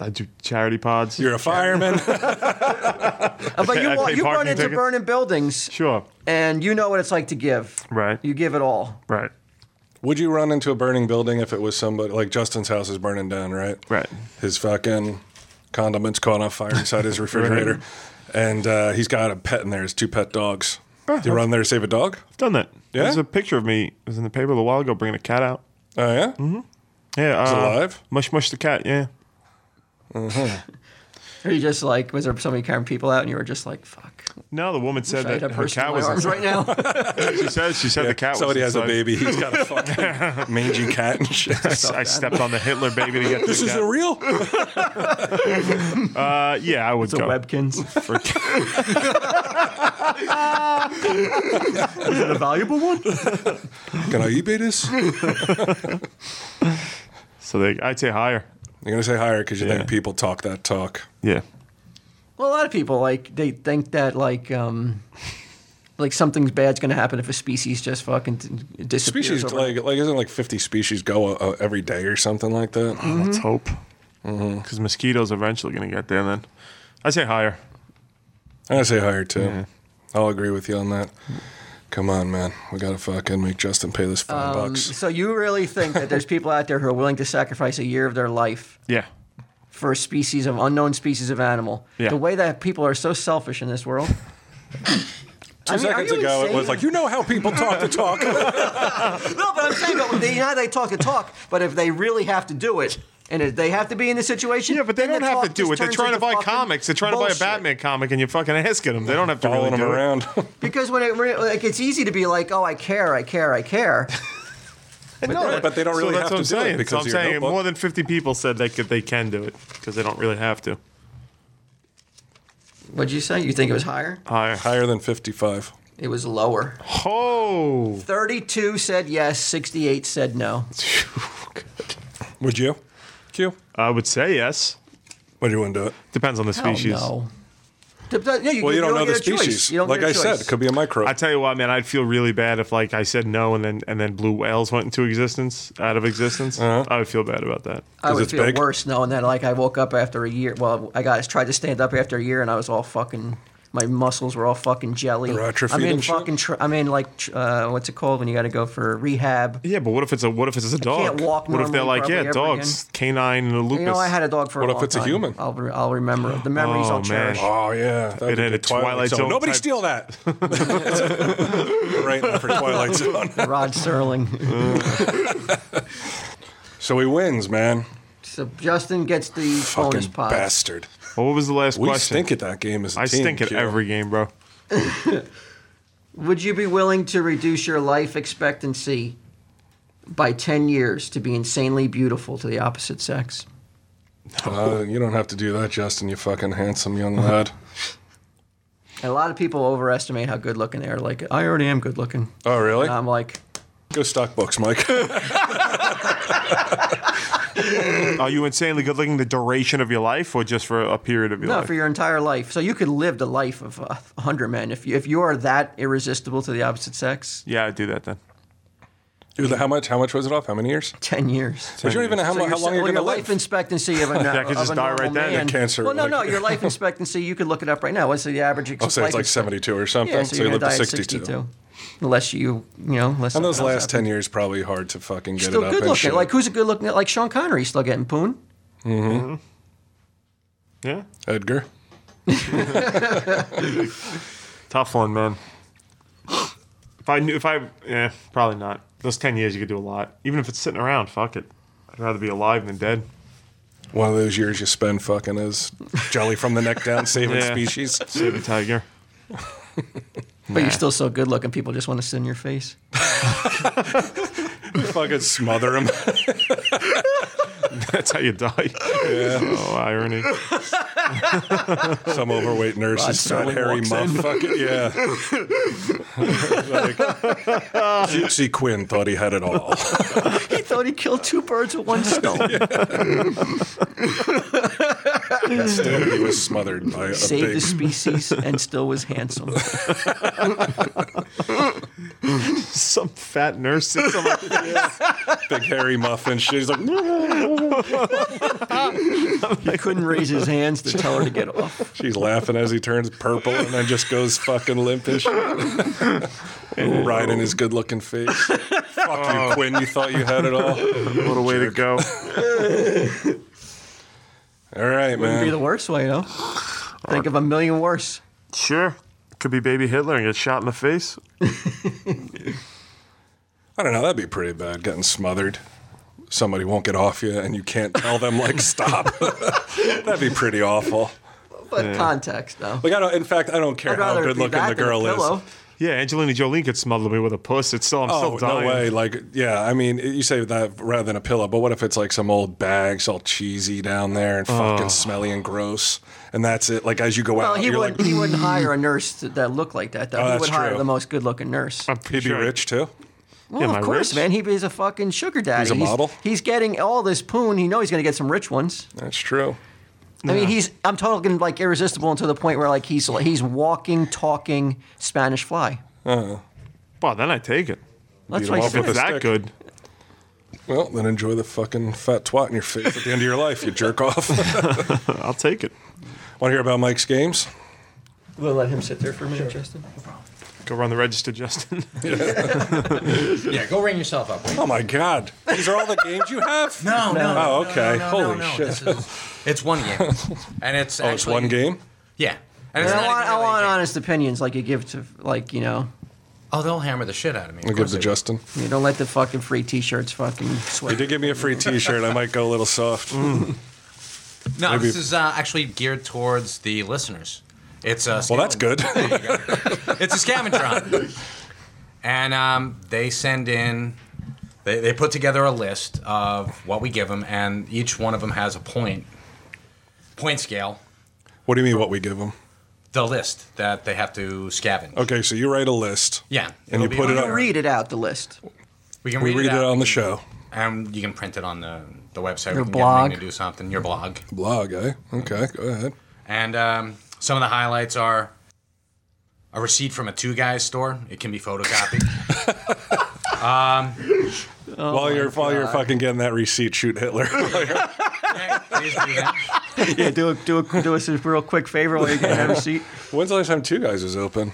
S5: I do charity pods.
S1: You're a fireman.
S3: Uh, but
S5: pay-
S3: you,
S5: I
S3: wa-
S5: pay
S3: you run
S5: parking
S3: into
S5: tickets.
S3: burning buildings,
S5: sure.
S3: and you know what it's like to give.
S5: Right.
S3: You give it all.
S5: Right.
S1: Would you run into a burning building if it was somebody like Justin's house is burning down, right?
S5: Right.
S1: His fucking condiments caught on fire inside his refrigerator, and uh, he's got a pet in there. His two pet dogs.
S5: Uh-huh.
S1: Do you run there to save a dog?
S5: I've done that.
S1: Yeah?
S5: There's a picture of me. It was in the paper a little while ago bringing a cat out.
S1: Oh yeah. Mm-hmm.
S5: Yeah.
S1: It's
S5: uh,
S1: alive?
S5: Mush mush the cat. Yeah.
S3: Or you just like, was there so many kind of people out, and you were just like, fuck.
S5: No, the woman said
S3: I had a
S5: that her
S3: person in
S5: cat
S3: my
S5: was.
S3: arms
S5: inside.
S3: right now.
S5: She said she said the cat
S1: Somebody
S5: was.
S1: has a
S5: inside.
S1: baby. He's got a fucking mangy cat and shit.
S5: I stepped on the Hitler baby to get to
S1: this
S5: the
S1: isn't
S5: cat.
S1: real.
S5: Uh, yeah, I would go.
S3: Webkins.
S5: For-
S3: Is it a valuable one?
S1: Can I eBay this? You're
S5: so they, I'd say higher.
S1: gonna say higher because you
S5: Yeah.
S1: think people talk that talk.
S5: Yeah.
S3: Well, a lot of people like they think that like um, like something's bad's gonna happen if a species just fucking d- disappears.
S1: Species
S3: over-
S1: like like isn't like 50 species go uh, every day or something
S5: Mm-hmm.
S1: like that.
S5: Let's hope. Because mosquitoes eventually going to get there then. I say higher.
S1: I say higher too.
S5: Yeah.
S1: I'll agree with you on that. Come on, man. We gotta fucking make Justin pay this five
S3: Um,
S1: bucks.
S3: so you really think that there's people out there who are willing to sacrifice a year of their life
S5: Yeah.
S3: for a species of unknown species of animal?
S5: Yeah.
S3: The way that people are so selfish in this world.
S1: Two
S3: I mean, are
S1: seconds
S3: you
S1: ago, it
S3: insane?
S1: was like, you know how people talk the talk.
S3: No, but I'm saying, but they, you know, how they talk the talk, but if they really have to do it, and if they have to be in the situation,
S5: Yeah, but they
S3: then
S5: don't
S3: the
S5: have to
S3: talk
S5: do
S3: just
S5: it. They're
S3: turns
S5: trying to
S3: into
S5: buy
S3: fucking
S5: comics. They're trying to buy a
S3: bullshit.
S5: Batman comic, and you're fucking asking them. They don't have to really
S1: Following him
S5: do it.
S1: around.
S3: Because when it re- like, it's easy to be like, oh, I care, I care, I care.
S1: no, but they don't
S5: So
S1: really
S5: that's
S1: have
S5: what
S1: to
S5: I'm
S1: do
S5: saying.
S1: it
S5: so
S1: because
S5: I'm
S1: of your
S5: saying
S1: notebook.
S5: more than 50 people said they could, they can do it because they don't really have to.
S3: What'd you say? You think it was higher?
S5: Higher.
S1: higher than fifty-five.
S3: It was lower.
S5: Oh,
S3: 32 said yes, 68 said no.
S1: Would you? Q?
S5: I would say yes.
S1: Would you want to do it?
S5: Depends on the
S3: Hell
S5: species.
S3: Oh, No. Dep- dep- yeah, you,
S1: Well, you, don't, know the
S3: get a choice.
S1: species.
S3: You don't
S1: like
S3: get a
S1: I said,
S3: choice.
S1: it could be a micro.
S5: I tell you what, man, I'd feel really bad if like I said no and then and then blue whales went into existence, out of existence.
S1: Uh-huh.
S5: I would feel bad about that.
S3: I
S1: 'cause
S3: would
S1: it's
S3: feel
S1: big.
S3: worse knowing that, like, I woke up after a year. Well, I got tried to stand up after a year, and I was all fucking. My muscles were all fucking jelly.
S1: They're atrophied
S3: I'm in
S1: and shit?
S3: fucking. Tr- I'm in like, tr- uh, what's it called when you got to go for rehab?
S5: Yeah, but what if it's a what if it's a dog?
S3: can't walk
S5: what if they're
S3: normally
S5: like, yeah,
S3: probably ever
S5: dogs, canine and a lupus?
S3: You know, I had a dog for.
S1: What
S3: a
S1: if
S3: long
S1: it's a
S3: time.
S1: human?
S3: I'll, re- I'll remember the memories.
S5: Oh,
S3: I'll
S5: man.
S3: cherish.
S1: Oh yeah, that
S5: had a Twilight Zone
S1: Nobody
S5: type-
S1: steal that. right now for Twilight Zone.
S3: Rod Serling.
S1: So he wins, man.
S3: so Justin gets the bonus
S1: Fucking
S3: pot.
S1: bastard.
S5: Well, what was the last
S1: We
S5: question?
S1: stink at that game as a
S5: I
S1: team.
S5: stink at
S1: Q.
S5: every game, bro.
S3: Would you be willing to reduce your life expectancy by 10 years to be insanely beautiful to the opposite sex?
S1: Uh, you don't have to do that, Justin. You fucking handsome young lad.
S3: And a lot of people overestimate how good looking they are. Like, I already am good looking.
S1: Oh really?
S3: And I'm like,
S1: Go stock books, Mike.
S5: Are you insanely good looking the duration of your life or just for a period of your
S3: no,
S5: life?
S3: for your entire life. So you could live the life of uh, 100 men. If you, if you are that irresistible to the opposite sex,
S5: yeah, I'd do that then.
S1: Dude, how much? How much was it off? How many years?
S3: 10 years.
S1: But you don't even know how,
S3: So
S1: mu-
S3: your
S1: how
S3: se-
S1: long you're
S3: well,
S1: gonna
S3: your life
S1: live.
S3: expectancy of a, no,
S5: Yeah, I could
S3: of
S5: just
S3: a
S5: die
S3: normal
S5: right then.
S3: man.
S1: The cancer
S3: Well, no,
S1: would,
S3: no,
S1: like-
S3: your life expectancy. You could look it up right now. What's the average?
S1: I'll say it's
S3: life
S1: like
S3: expect-
S1: 72 or something.
S3: Yeah,
S1: so,
S3: so,
S1: you
S3: you're
S1: live
S3: gonna
S1: to
S3: die at
S1: 62.
S3: 62. unless you, you know, unless
S1: And those
S3: something else
S1: last 10
S3: happens.
S1: years probably hard to fucking get
S3: still
S1: it up
S3: good
S1: and
S3: looking.
S1: shit.
S3: Like who's a good looking? Like Sean Connery still getting poon.
S5: Yeah.
S1: Edgar.
S5: Tough one, man. If I knew, if I, yeah, probably not. Those 10 years, you could do a lot. Even if it's sitting around, fuck it. I'd rather be alive than dead.
S1: One of those years you spend fucking as jelly from the neck down saving
S5: Yeah.
S1: species.
S5: Save a tiger.
S3: But you're still so good looking. People just want to sit in your face.
S1: fucking smother him.
S5: That's how you die. Oh, irony.
S1: Some overweight nurse
S3: Rod
S1: is fat,
S3: Serling
S1: hairy
S3: walks
S1: muff.
S3: in.
S1: Fucking, yeah. like, Gypsy Quinn thought he had it all.
S3: He thought he killed two birds with one stone.
S1: Still, he was smothered by a
S3: Saved
S1: big.
S3: the species and still was handsome.
S5: Some fat nurse sits on my
S1: big hairy muffin shit. He's like,
S3: He couldn't raise his hands to tell her to get off.
S1: she's laughing as he turns purple and then just goes fucking limpish. right in his good looking face. Fuck
S3: Oh.
S1: you, Quinn. You thought you had it all.
S5: What a way to go.
S1: All right,
S3: Wouldn't be the
S1: man.
S3: worst way, though. Think of a million worse.
S5: Sure. Could be baby Hitler and get shot in the face.
S1: I don't know. That'd be pretty bad getting smothered. Somebody won't get off you and you can't tell them, like, stop. that'd be pretty awful.
S3: But context, though.
S1: Like I don't. In fact, I don't care
S3: I'd
S1: how
S3: rather it
S1: good
S3: be
S1: looking
S3: that
S1: the
S3: than a
S1: girl is. Uh,
S3: pillow.
S5: Yeah, Angelina Jolie could smother me with a puss. It's still, I'm
S1: Oh
S5: still dying.
S1: no way! Like yeah, I mean, you say that rather than a pillow, but what if it's like some old bags all cheesy down there and fucking smelly and gross, and that's it? Like as you go
S3: Well,
S1: out,
S3: he
S1: you're
S3: wouldn't.
S1: like,
S3: he wouldn't hire a nurse that- that looked like that. Though
S1: Oh,
S3: he
S1: that's
S3: would hire
S1: true.
S3: the most good-looking nurse.
S5: I'm pretty
S1: he'd be
S5: sure I-
S1: rich too.
S3: Well,
S5: am I
S3: of course,
S5: rich?
S3: man. He is a fucking sugar daddy.
S1: He's a model?
S3: He's getting all this poon. He knows he's going to get some rich ones.
S1: That's true.
S3: I mean, he's I'm talking like irresistible until the point where like he's he's walking, talking Spanish fly.
S5: Well, then I take it.
S1: Beat
S3: That's what
S1: him
S3: I
S1: up with
S5: If
S1: a
S3: said.
S5: that
S1: stick.
S5: good.
S1: Well, then enjoy the fucking fat twat in your face at the end of your life, you jerk off. Want
S5: I'll take it.
S1: to hear about Mike's games?
S3: We'll let him sit there for a minute, Justin.
S5: Go run the register, Justin.
S7: Yeah, go ring yourself up.
S1: Oh my God! These are all the games you have?
S7: No, no. no,
S1: Oh,
S7: no,
S1: okay.
S7: no, no,
S1: Holy
S7: no, no.
S1: shit!
S7: This is- it's one game, and it's
S1: oh,
S7: actually,
S1: it's one game.
S7: Yeah, and it's
S3: I
S7: not
S3: want,
S7: even
S3: I
S7: really a
S3: want
S7: game.
S3: honest opinions like you give to, like, you know,
S7: Oh, they'll hammer the shit out of me.
S1: I'll
S7: Of
S1: give
S7: course
S1: to
S7: they will.
S1: Justin.
S3: you don't let the fucking free t shirts fucking
S1: You
S3: sweat.
S1: did give me a free T-shirt. I might go a little soft.
S7: No,
S1: Maybe-
S7: this is uh, actually geared towards the listeners. It's uh, a
S1: Well, that's good.
S7: it's a scavenger and um, they send in they, they put together a list of what we give them and each one of them has a point point scale
S1: what do you mean? What we give them?
S7: the list that they have to scavenge
S1: Okay, so you write a list.
S7: yeah
S1: And you
S7: it'll be
S1: put it
S7: on
S1: on-
S7: there.
S3: Read it out, the list.
S7: we can
S1: We
S7: read,
S1: read it
S7: out,
S1: on the show.
S7: and you can print it on the, the website
S3: Your
S7: we can get Ming
S3: blog.
S7: to do something your blog
S1: Blog, eh? Okay, go ahead.
S7: And um, some of the highlights are a receipt from a two guys store. It can be photocopied.
S3: Oh
S1: while you're while you're fucking getting that receipt, shoot Hitler.
S7: Okay, please do that.
S3: Yeah, do a, do a, do us a real quick favor while you get that receipt.
S1: When's the last time Two Guys was open?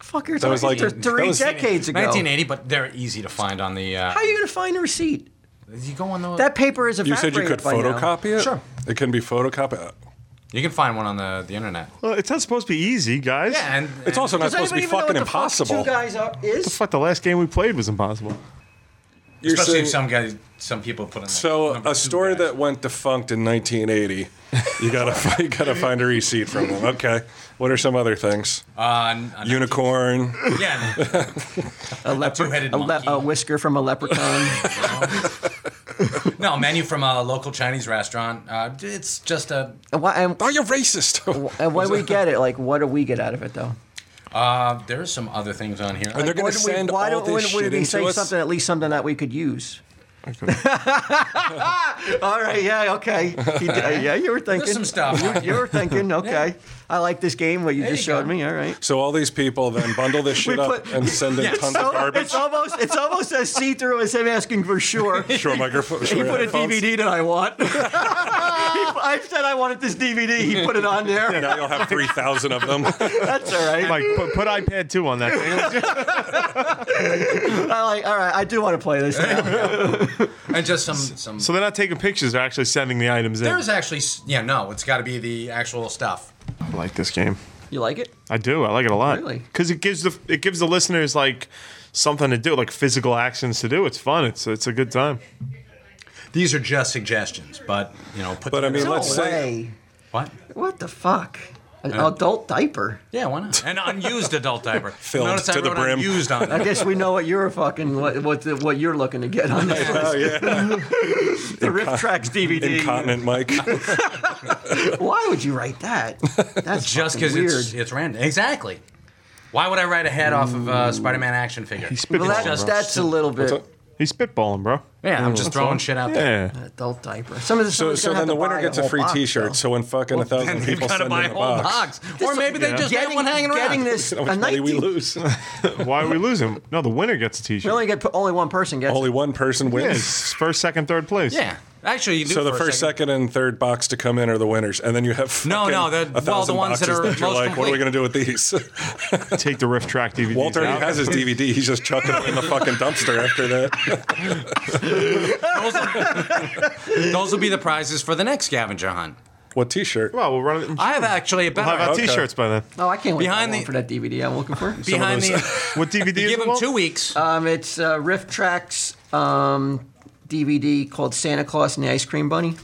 S3: Fuck, you're
S1: That was
S3: talking
S1: like-
S3: th-
S1: that
S3: three
S1: was-
S3: decades ago.
S7: 1980, but they're easy to find on the. Uh,
S3: How are you going to find a receipt?
S7: you go on the.
S3: That paper is
S1: You
S3: evaporated
S1: said you could
S3: by now.
S1: photocopy it. Sure, it can be photocopied.
S7: you can find one on the, the internet.
S5: well, it's not supposed to be easy, guys.
S7: Yeah, and,
S1: It's also not
S3: Does
S1: supposed to be
S3: anybody even know
S1: fucking
S3: what the fuck
S1: impossible.
S3: two guys are, is?
S5: Fuck, the last game we played was impossible.
S1: You're
S7: especially
S1: saying-
S7: if some guys, some people put in. Like,
S1: so
S7: number
S1: a
S7: two
S1: story
S7: guys.
S1: that went defunct in 1980. You gotta fi- you gotta find a receipt from them. Okay, what are some other things?
S7: on, on
S1: Unicorn.
S7: uh, yeah,
S3: a leopard,
S7: two-headed
S3: a, le-
S7: monkey.
S3: a whisker from a leprechaun.
S7: no menu from a local Chinese restaurant. Uh, it's just a
S3: and why, and,
S1: Are you racist?
S3: and when we get it, like, what do we get out of it though?
S7: uh, there are some other things on here.
S1: And they're gonna
S3: Why don't we-
S1: send
S3: why
S1: all
S3: don't
S1: this
S3: wouldn't
S1: shit
S3: we
S1: into
S3: say
S1: us.
S3: something at least something that we could use? All right, yeah, okay. You d- yeah, you were thinking
S7: some stuff.
S3: You, you were thinking, okay. I like this game what you just
S7: you
S3: showed
S7: go.
S3: me. All right.
S1: So all these people then bundle this shit up
S3: put-
S1: and send in tons
S3: So
S1: of garbage.
S3: it's almost it's almost as see through as him asking for sure. He
S1: Sure, microphone. Sure
S3: put a
S1: headphones.
S3: DVD that I want. He- I said I wanted this DVD. He put it on there.
S1: Now you'll have three thousand of them.
S3: That's all right.
S5: Like, put, put iPad 2 on that thing.
S3: I like. All right. I do want to play this. Now.
S7: and just some some.
S5: so they're not taking pictures, they're actually sending the items in.
S7: there's actually s- yeah no, it's got to be the actual stuff.
S5: I like this game.
S3: You like it?
S5: I do. I like it a lot.
S3: Really?
S5: Because it gives the it gives the listeners like something to do, like physical actions to do. It's fun. It's it's a good time.
S7: These are just suggestions, but you know, put
S1: But I mean,
S7: together-
S3: No
S1: let's say
S3: way.
S7: what?
S3: What the fuck? An adult diaper.
S7: Yeah, why not? An unused adult diaper.
S1: Filled
S7: Notice I
S1: to the
S7: wrote
S1: brim.
S7: Unused on
S3: I
S7: it.
S3: guess we know what you're fucking what what, the, what you're looking to get on this
S1: Oh,
S3: list. the Riff Tracks DVD.
S1: incontinent Mike.
S3: Why would you write that? That's
S7: just because
S3: fucking weird.
S7: it's it's random. Exactly. Why would I write a head off of
S1: Mm.
S7: a Spider-Man action figure?
S3: well, that, that's a little bit
S5: He's spitballing, bro.
S7: yeah, I'm just throwing shit out there.
S5: Yeah.
S3: adult diaper. Some of this.
S1: So, so then the winner gets a free T-shirt. So when fucking a thousand
S7: And they've
S1: people
S7: got
S1: send
S7: to
S1: in
S7: buy
S1: a
S7: a whole
S1: box,
S7: box, or maybe they just
S3: getting
S7: had one hanging around.
S3: getting this
S1: how
S3: a
S1: much money we
S3: 19.
S1: lose.
S5: Why are we losing? No, the winner gets a t-shirt.
S3: We only get only one person gets.
S1: Only one person
S5: Yeah,
S1: wins.
S5: it's first, second, third place.
S7: yeah, actually, you do
S1: So the
S7: for a
S1: first,
S7: second.
S1: second, and third box to come in are the winners, and then you have
S7: No,
S1: fucking
S7: no, the-
S1: a
S7: well, the
S1: thousand
S7: ones that
S1: boxes
S7: are
S1: you're
S7: most
S1: like, what are we gonna
S7: complete.
S1: do with these?
S5: Take the riff track DVD.
S1: Walter
S5: out.
S1: already has his DVD. He's just chucking it in the fucking dumpster after that.
S7: Those will be the prizes for the next scavenger hunt.
S1: What T-shirt?
S5: Well, we'll run it.
S7: I have actually a
S5: We'll have our
S7: better
S1: Okay.
S5: t-shirts by then.
S3: Oh, I can't wait
S7: Behind
S3: that long
S7: the-
S3: for that DVD I'm looking for.
S7: behind
S1: those-
S7: the.
S5: What DVD
S7: You
S5: is
S7: give
S5: it,
S7: them
S5: Walt?
S7: two weeks.
S3: Um, it's uh, Riff Tracks um, DVD called Santa Claus and the Ice Cream Bunny.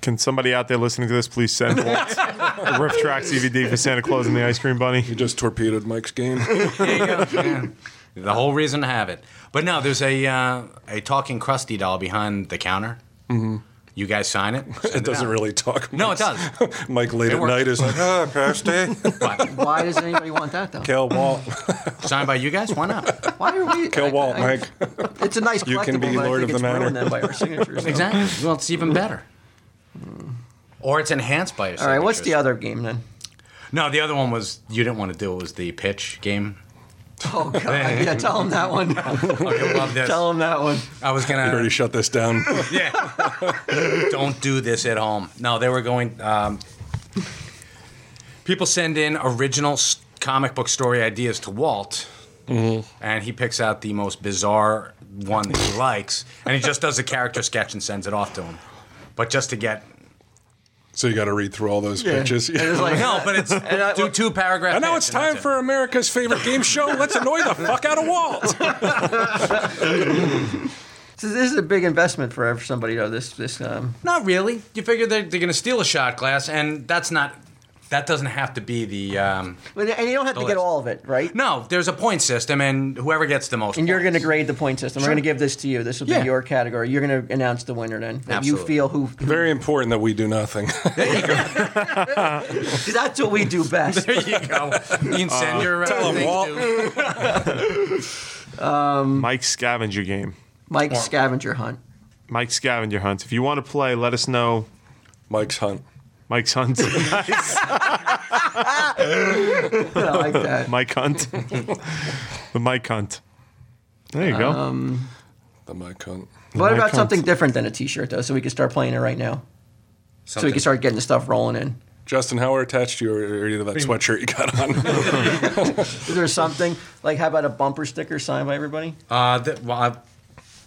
S5: Can somebody out there listening to this please send Walt a riff track DVD for Santa Claus and the Ice Cream Bunny?
S1: You just torpedoed Mike's game.
S7: The whole reason to have it. But no, there's a uh, a talking crusty doll behind the counter. You guys sign it.
S1: Mm-hmm. It doesn't really talk.
S7: No, it
S1: Mike's-
S7: does.
S1: Mike late at
S7: works.
S1: night is like, ah, pasty.
S7: But
S3: Why does anybody want that though?
S1: Kill Walt.
S7: signed by you guys. Why not?
S3: Why are we
S1: Kill
S3: I-
S1: Walt,
S3: I-
S1: Mike.
S3: It's a nice collectible.
S1: You can be
S3: but I
S1: Lord
S3: think
S1: of the
S3: it's ruined
S1: Manor.
S3: then by our signatures. though.
S7: Exactly. Well, it's even better. Or it's enhanced by your.
S3: All right, what's the
S7: signatures.
S3: other game then?
S7: No, the other one was you didn't want to do. It was the pitch game.
S3: Oh God! yeah, tell him that one.
S7: Oh, you'll love this.
S3: tell him that one.
S7: I was
S1: I already
S7: gonna.
S1: shut this down.
S7: Yeah. Don't do this at home. No, they were going. Um, people send in original s- comic book story ideas to Walt,
S1: Mm-hmm.
S7: and he picks out the most bizarre one that he likes, and he just does a character sketch and sends it off to him. But just to get
S1: So you got to read through all those pitches.
S3: It's like,
S7: no, but it's do two paragraphs.
S1: And now it's time for America's favorite game show. Let's annoy the fuck out of Walt.
S3: this is- this is a big investment for somebody though. This this um,
S7: Not really. You figure they're, they're going to steal a shot glass, and that's not. That doesn't have to be the. Um,
S3: and and you don't have to get
S7: list.
S3: all of it, right?
S7: no, there's a point system, and whoever gets the most.
S3: And you're going
S7: points.
S3: to grade the point system. We're going to give this to you. This will
S7: Yeah.
S3: be your category. You're going to announce the winner then. That You
S7: Absolutely.
S3: feel who?
S1: Very important that we do nothing.
S3: That's what we do best.
S7: There you go. You can send your. Uh,
S1: tell 'em,
S7: things
S1: Walt.
S7: to-
S5: Mike's scavenger game.
S3: Mike Scavenger Hunt.
S5: Mike scavenger hunt. If you want to play, let us know.
S1: Mike's Hunt.
S5: Mike's hunt. Nice.
S3: I like that.
S5: Mike Hunt. the Mike Hunt. There you go.
S1: The Mike Hunt.
S3: what
S5: Mike
S3: about
S5: Hunt.
S3: something different than a T-shirt though? So we can start playing it right now. So we can start getting the stuff rolling in.
S1: Justin, how are attached you are you to that sweatshirt you got on?
S3: Is there something like how about a bumper sticker signed by everybody?
S7: Uh, th- well, I,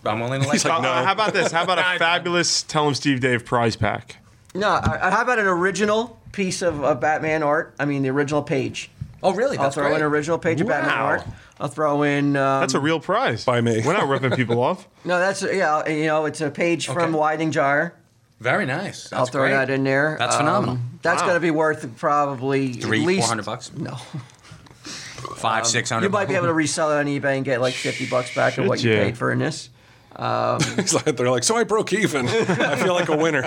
S7: I'm willing to let
S5: Uh, uh, how about this? How about
S7: Nah, I-
S5: a fabulous Tell Him Steve Dave prize pack?
S3: No. I, I- how about an original piece of, of Batman art? I mean, the original page.
S7: Oh, really?
S3: I'll
S7: That's
S3: throw
S7: great.
S3: in original page of Batman
S5: Wow.
S3: art. I'll throw in. Um,
S5: That's a real prize.
S1: By me.
S5: We're not ripping people off.
S3: no, that's yeah. You know, it's a page from
S7: Okay.
S3: Widening Jar.
S7: Very nice. That's
S3: I'll throw
S7: great.
S3: that in there. Um,
S7: That's phenomenal.
S3: That's
S5: Wow.
S3: going to be worth probably
S7: Three,
S3: at least
S7: four hundred bucks,
S3: No, um,
S7: five, six hundred.
S3: you might be able to resell it on eBay and get like fifty bucks back of what you
S5: ya?
S3: paid for in this.
S1: He's like, they're like, so I broke even. I feel like a winner.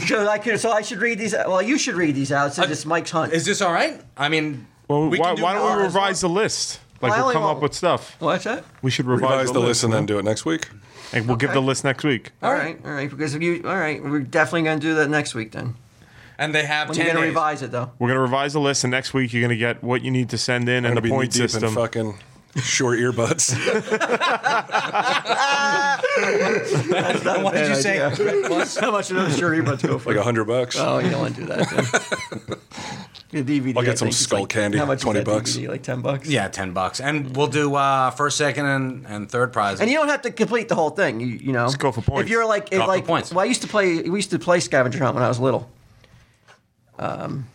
S3: So I could, so I should read these. Well, you should read these out since it's Mike's hunt.
S7: Is this all right? I mean,
S5: Well,
S7: We
S5: why,
S7: can do
S5: why don't we
S3: more.
S5: revise the list?
S3: Well,
S5: Like
S3: I
S5: we'll
S3: only
S5: come
S3: want-
S5: up with stuff.
S3: What's that?
S5: We should revise,
S1: Revise the list and then do it next week.
S5: and we'll give
S3: Okay. Oh.
S5: the list next week.
S3: All right, all right. Because if you, all right, we're definitely going to do that next week then.
S7: and they have
S3: When
S7: ten
S3: you're going to
S7: days.
S3: revise it though.
S5: We're gonna revise the list, and next week you're gonna get what you need to send in and
S1: Gonna
S5: the
S1: be
S5: point
S1: knee deep in
S5: system.
S1: fucking short earbuds.
S3: What
S7: did you say?
S3: How much are those jury buds go for?
S1: like a hundred bucks.
S3: Oh, you don't want to do that. Then. The DVD.
S1: I'll get
S3: I
S1: some
S3: think, is
S1: skull
S3: like,
S1: candy,
S3: How much is
S1: 20
S3: that
S1: bucks.
S3: DVD? Like ten bucks.
S7: Yeah, ten bucks, and we'll do uh, first, second, and, and third prize.
S3: And you don't have to complete the whole thing. You, you know,
S5: go for points.
S3: If you're like, if
S7: for
S3: like,
S7: points.
S3: well, I used to play. We used to play scavenger hunt when I was little. Um,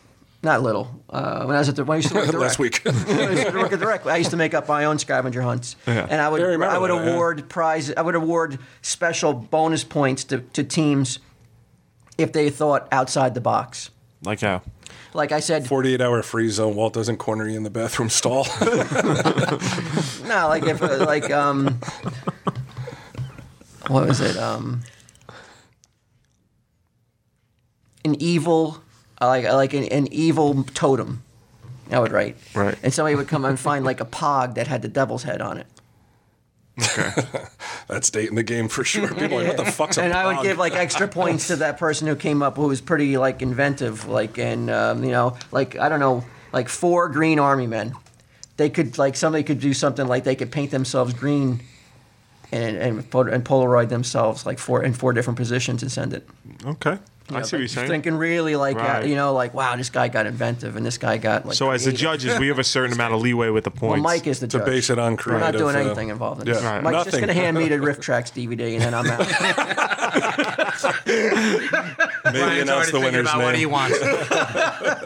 S3: not little. Uh, when I was at the when I used to work at the
S1: Last
S3: rec.
S1: week.
S3: when I used to work at the rec, I used to make up my own scavenger hunts,
S5: Yeah.
S3: and I would
S1: Yeah, I
S3: I,
S1: remember
S3: would
S1: that, yeah.
S3: award prize. I would award special bonus points to, to teams if they thought outside the box.
S5: Like how?
S3: Like I said,
S1: Forty-eight hour free zone. Walt doesn't corner you in the bathroom stall.
S3: No, like if uh, like um, what was it? Um, an evil, uh, like like an, an evil totem. I would write.
S5: Right.
S3: And somebody would come and find like a pog that had the devil's head on it.
S1: That's dating the game for sure. People are like, what the fuck's a
S3: and I would
S1: pog?"
S3: give like extra points to that person who came up who was pretty like inventive, like and um, you know, like I don't know, like four green army men. They could like somebody could do something like they could paint themselves green, and and, photo- and Polaroid themselves like four in four different positions and send it.
S5: Okay, I see what you're saying.
S3: Thinking really like uh,
S5: Right.
S3: you know like wow this guy got inventive and this guy got like.
S5: so as the
S3: creative.
S5: judges, we have a certain amount of leeway with the
S3: well,
S5: points.
S3: Mike is the
S1: to
S3: judge.
S1: base it on
S3: We're
S1: creative.
S3: not doing
S1: uh,
S3: anything involved in this.
S1: yeah,
S3: Mike's just
S1: nothing.
S3: going to hand me the Riff Tracks DVD and then I'm out.
S1: Maybe
S7: Brian's
S1: announce the
S7: already thinking
S1: winner's
S7: about what he
S1: name.
S7: wants. I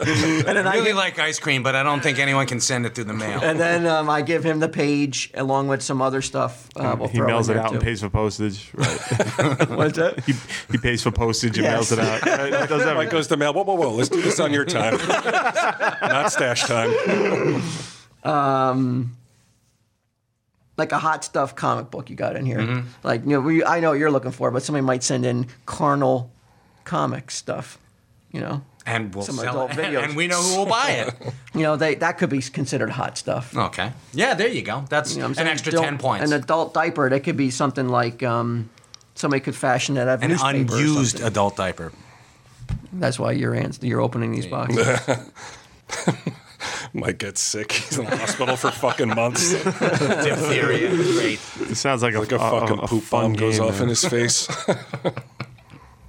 S3: and then I
S7: really
S3: get-
S7: like ice cream, but I don't think anyone can send it through the mail.
S3: And then um, I give him the page along with some other stuff. Uh, we'll
S5: he
S3: throw in
S5: mails it
S3: there,
S5: out and
S3: too.
S5: pays for postage. Right.
S3: What's that?
S5: he, he pays for postage and
S3: Yes.
S5: mails it out. Right? He does
S1: Mike
S5: everything.
S1: goes to mail. Whoa, whoa, whoa! Let's do this on your time, not stash time.
S3: Like a hot stuff comic book you got in here.
S5: Mm-hmm.
S3: Like you know, we, I know what you're looking for, but somebody might send in carnal comic stuff. You know,
S7: And we'll
S3: Some
S7: sell
S3: adult
S7: it,
S3: videos.
S7: and we know who will buy it.
S3: you know they, that could be considered hot stuff.
S7: Okay. Yeah, there you go. That's
S3: You know what I'm
S7: an
S3: saying?
S7: extra
S3: Adult-
S7: ten points.
S3: An adult diaper that could be something like um, somebody could fashion that out of
S7: An
S3: newspaper or
S7: unused
S3: something.
S7: adult diaper.
S3: That's why you're ans- you're opening these boxes.
S1: Mike gets sick. He's in the hospital for fucking months.
S7: Diphtheria. Great.
S5: It sounds like,
S1: Like a fucking
S5: a
S1: poop
S5: fun
S1: bomb goes
S5: game,
S1: off
S5: man.
S1: in his face.
S3: All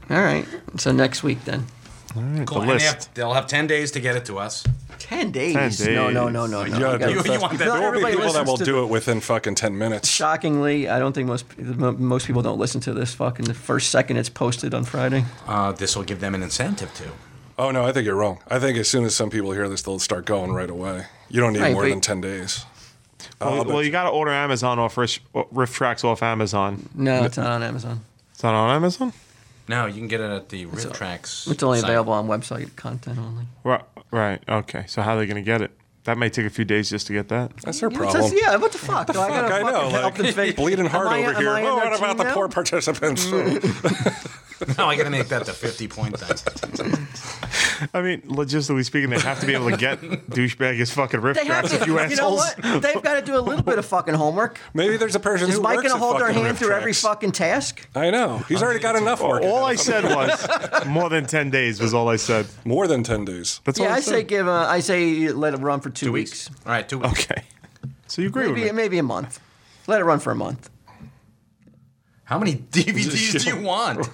S3: right, so next week then.
S7: Cool.
S5: The
S7: and they
S5: list.
S7: have, they'll have ten days to get it to us.
S3: Ten days.
S5: 10
S3: No, no,
S5: days.
S3: no, no, no.
S1: You gotta
S3: You
S1: do
S3: gotta-
S1: it
S7: You- you
S1: fast.
S7: want that-
S1: There will be
S3: Everybody
S1: people that
S3: listens
S1: will
S3: to
S1: do it within fucking 10 minutes.
S3: Shockingly, I don't think most most people don't listen to this fucking the first second it's posted on Friday.
S7: Uh, this will give them an incentive to.
S1: Oh, no, I think you're wrong. I think as soon as some people hear this, they'll start going right away. You don't need
S3: Right,
S1: more
S3: but-
S1: than 10 days.
S5: Well,
S1: I'll bet
S5: Uh, well, you
S1: you-
S5: got to order Amazon off Riff, Riff Tracks off Amazon.
S3: No, it's not on Amazon.
S5: It's not on Amazon.
S7: No, you can get it at the Rift Tracks.
S3: It's only
S7: site.
S3: available on website content only.
S5: Right. Right. Okay. So how are they going to get it? That may take a few days just to get that.
S1: That's their
S3: It
S1: problem.
S3: says, yeah, what the fuck? Do I gotta
S1: Fuck, I
S3: fucking
S1: know.
S3: help them
S1: Like,
S3: fig-
S1: bleeding heart
S3: Am I-
S1: over
S3: am
S1: here.
S3: I in
S1: Oh,
S3: their
S1: what about
S3: team
S1: the
S3: now? Mm.
S1: poor participants?
S7: No, I got to make that the 50 point thing.
S5: I mean, logistically speaking, they have to be able to get douchebag as fucking Riff
S3: They have
S5: Tracks.
S3: to.
S5: If you
S3: You know
S5: assholes.
S3: what? They've got to do a little bit of fucking homework.
S1: Maybe there's a person
S3: Is
S1: who
S3: Mike
S1: works
S3: gonna
S1: at
S3: hold their
S1: fucking
S3: hand
S1: Riff
S3: through every
S1: Tracks.
S3: fucking task?
S1: I know. He's already got enough work.
S5: All I said was more than ten days was all I said.
S1: More than 10 days.
S5: That's all
S3: yeah,
S5: I,
S3: I
S5: said.
S3: say give. Uh, I say let it run for two, weeks.
S7: All right, two weeks.
S5: okay. So you agree
S3: Maybe
S5: with me?
S3: maybe a month. Let it run for a month.
S7: How many DVDs do you want?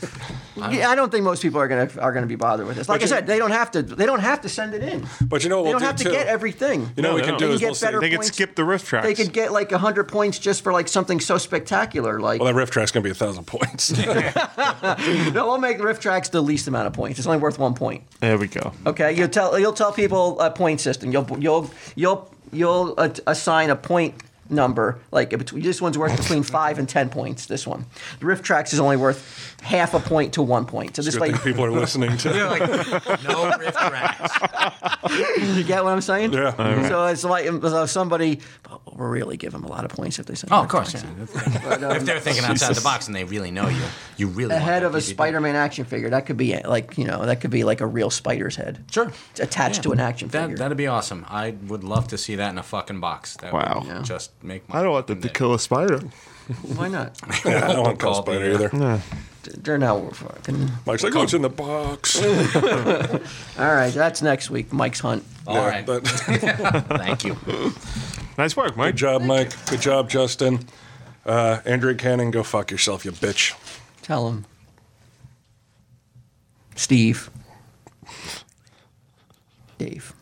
S3: Yeah, I don't think most people are gonna are gonna be bothered with this. Like
S1: But you-
S3: I said, they don't have to. They don't have to send it in.
S1: But you know what
S3: they
S1: we'll
S3: don't
S1: do
S3: have to
S1: too?
S3: get everything.
S1: You know what we
S5: No,
S1: can
S5: they
S1: do
S5: don't.
S1: is
S3: You
S1: we'll
S3: get better
S1: say,
S5: They could
S3: points.
S5: skip the Riff Tracks.
S3: They could get like hundred points just for like something so spectacular. Like
S1: well, that riff track's going to be a 1,000 points.
S3: no, we'll make the riff tracks the least amount of points. It's only worth one point.
S5: there we go.
S3: Okay, you'll tell you'll tell people a point system. You'll you'll you'll you'll uh, assign a point number. Like between, this one's worth between five and ten points. This one, the riff tracks is only worth half a point to one point. So this
S1: Good
S3: way,
S1: thing people are listening to
S7: They're like, no Rift Tracks.
S3: you get what I'm saying?
S1: Yeah.
S3: So it's like so somebody but we'll really give them a lot of points if they say.
S7: Oh, of course. if they're thinking outside the box and they really know you, you really
S3: A
S7: want
S3: head
S7: that
S3: of a
S7: DVD.
S3: Spider-Man action figure that could be uh, like you know that could be like a real spider's head.
S7: Sure.
S3: attached to an action
S7: That,
S3: figure.
S7: that'd be awesome. I would love to see that in a fucking box. That
S5: Wow.
S7: Would
S5: Yeah.
S7: Just make my.
S5: I don't want them to kill a spider.
S3: Why not?
S1: I don't want to
S7: Call
S1: call
S7: the-
S1: Spider either.
S3: They're not fucking.
S1: Mike's like, oh, it's in the box.
S3: All right, that's next week. Mike's hunt.
S7: All
S1: Yeah,
S7: right.
S1: but-
S7: Thank you.
S5: Nice work, Mike.
S1: good job, Mike. Good job, Justin. Uh, Andrew Cannon, go fuck yourself, you bitch.
S3: Tell him. Steve. Dave.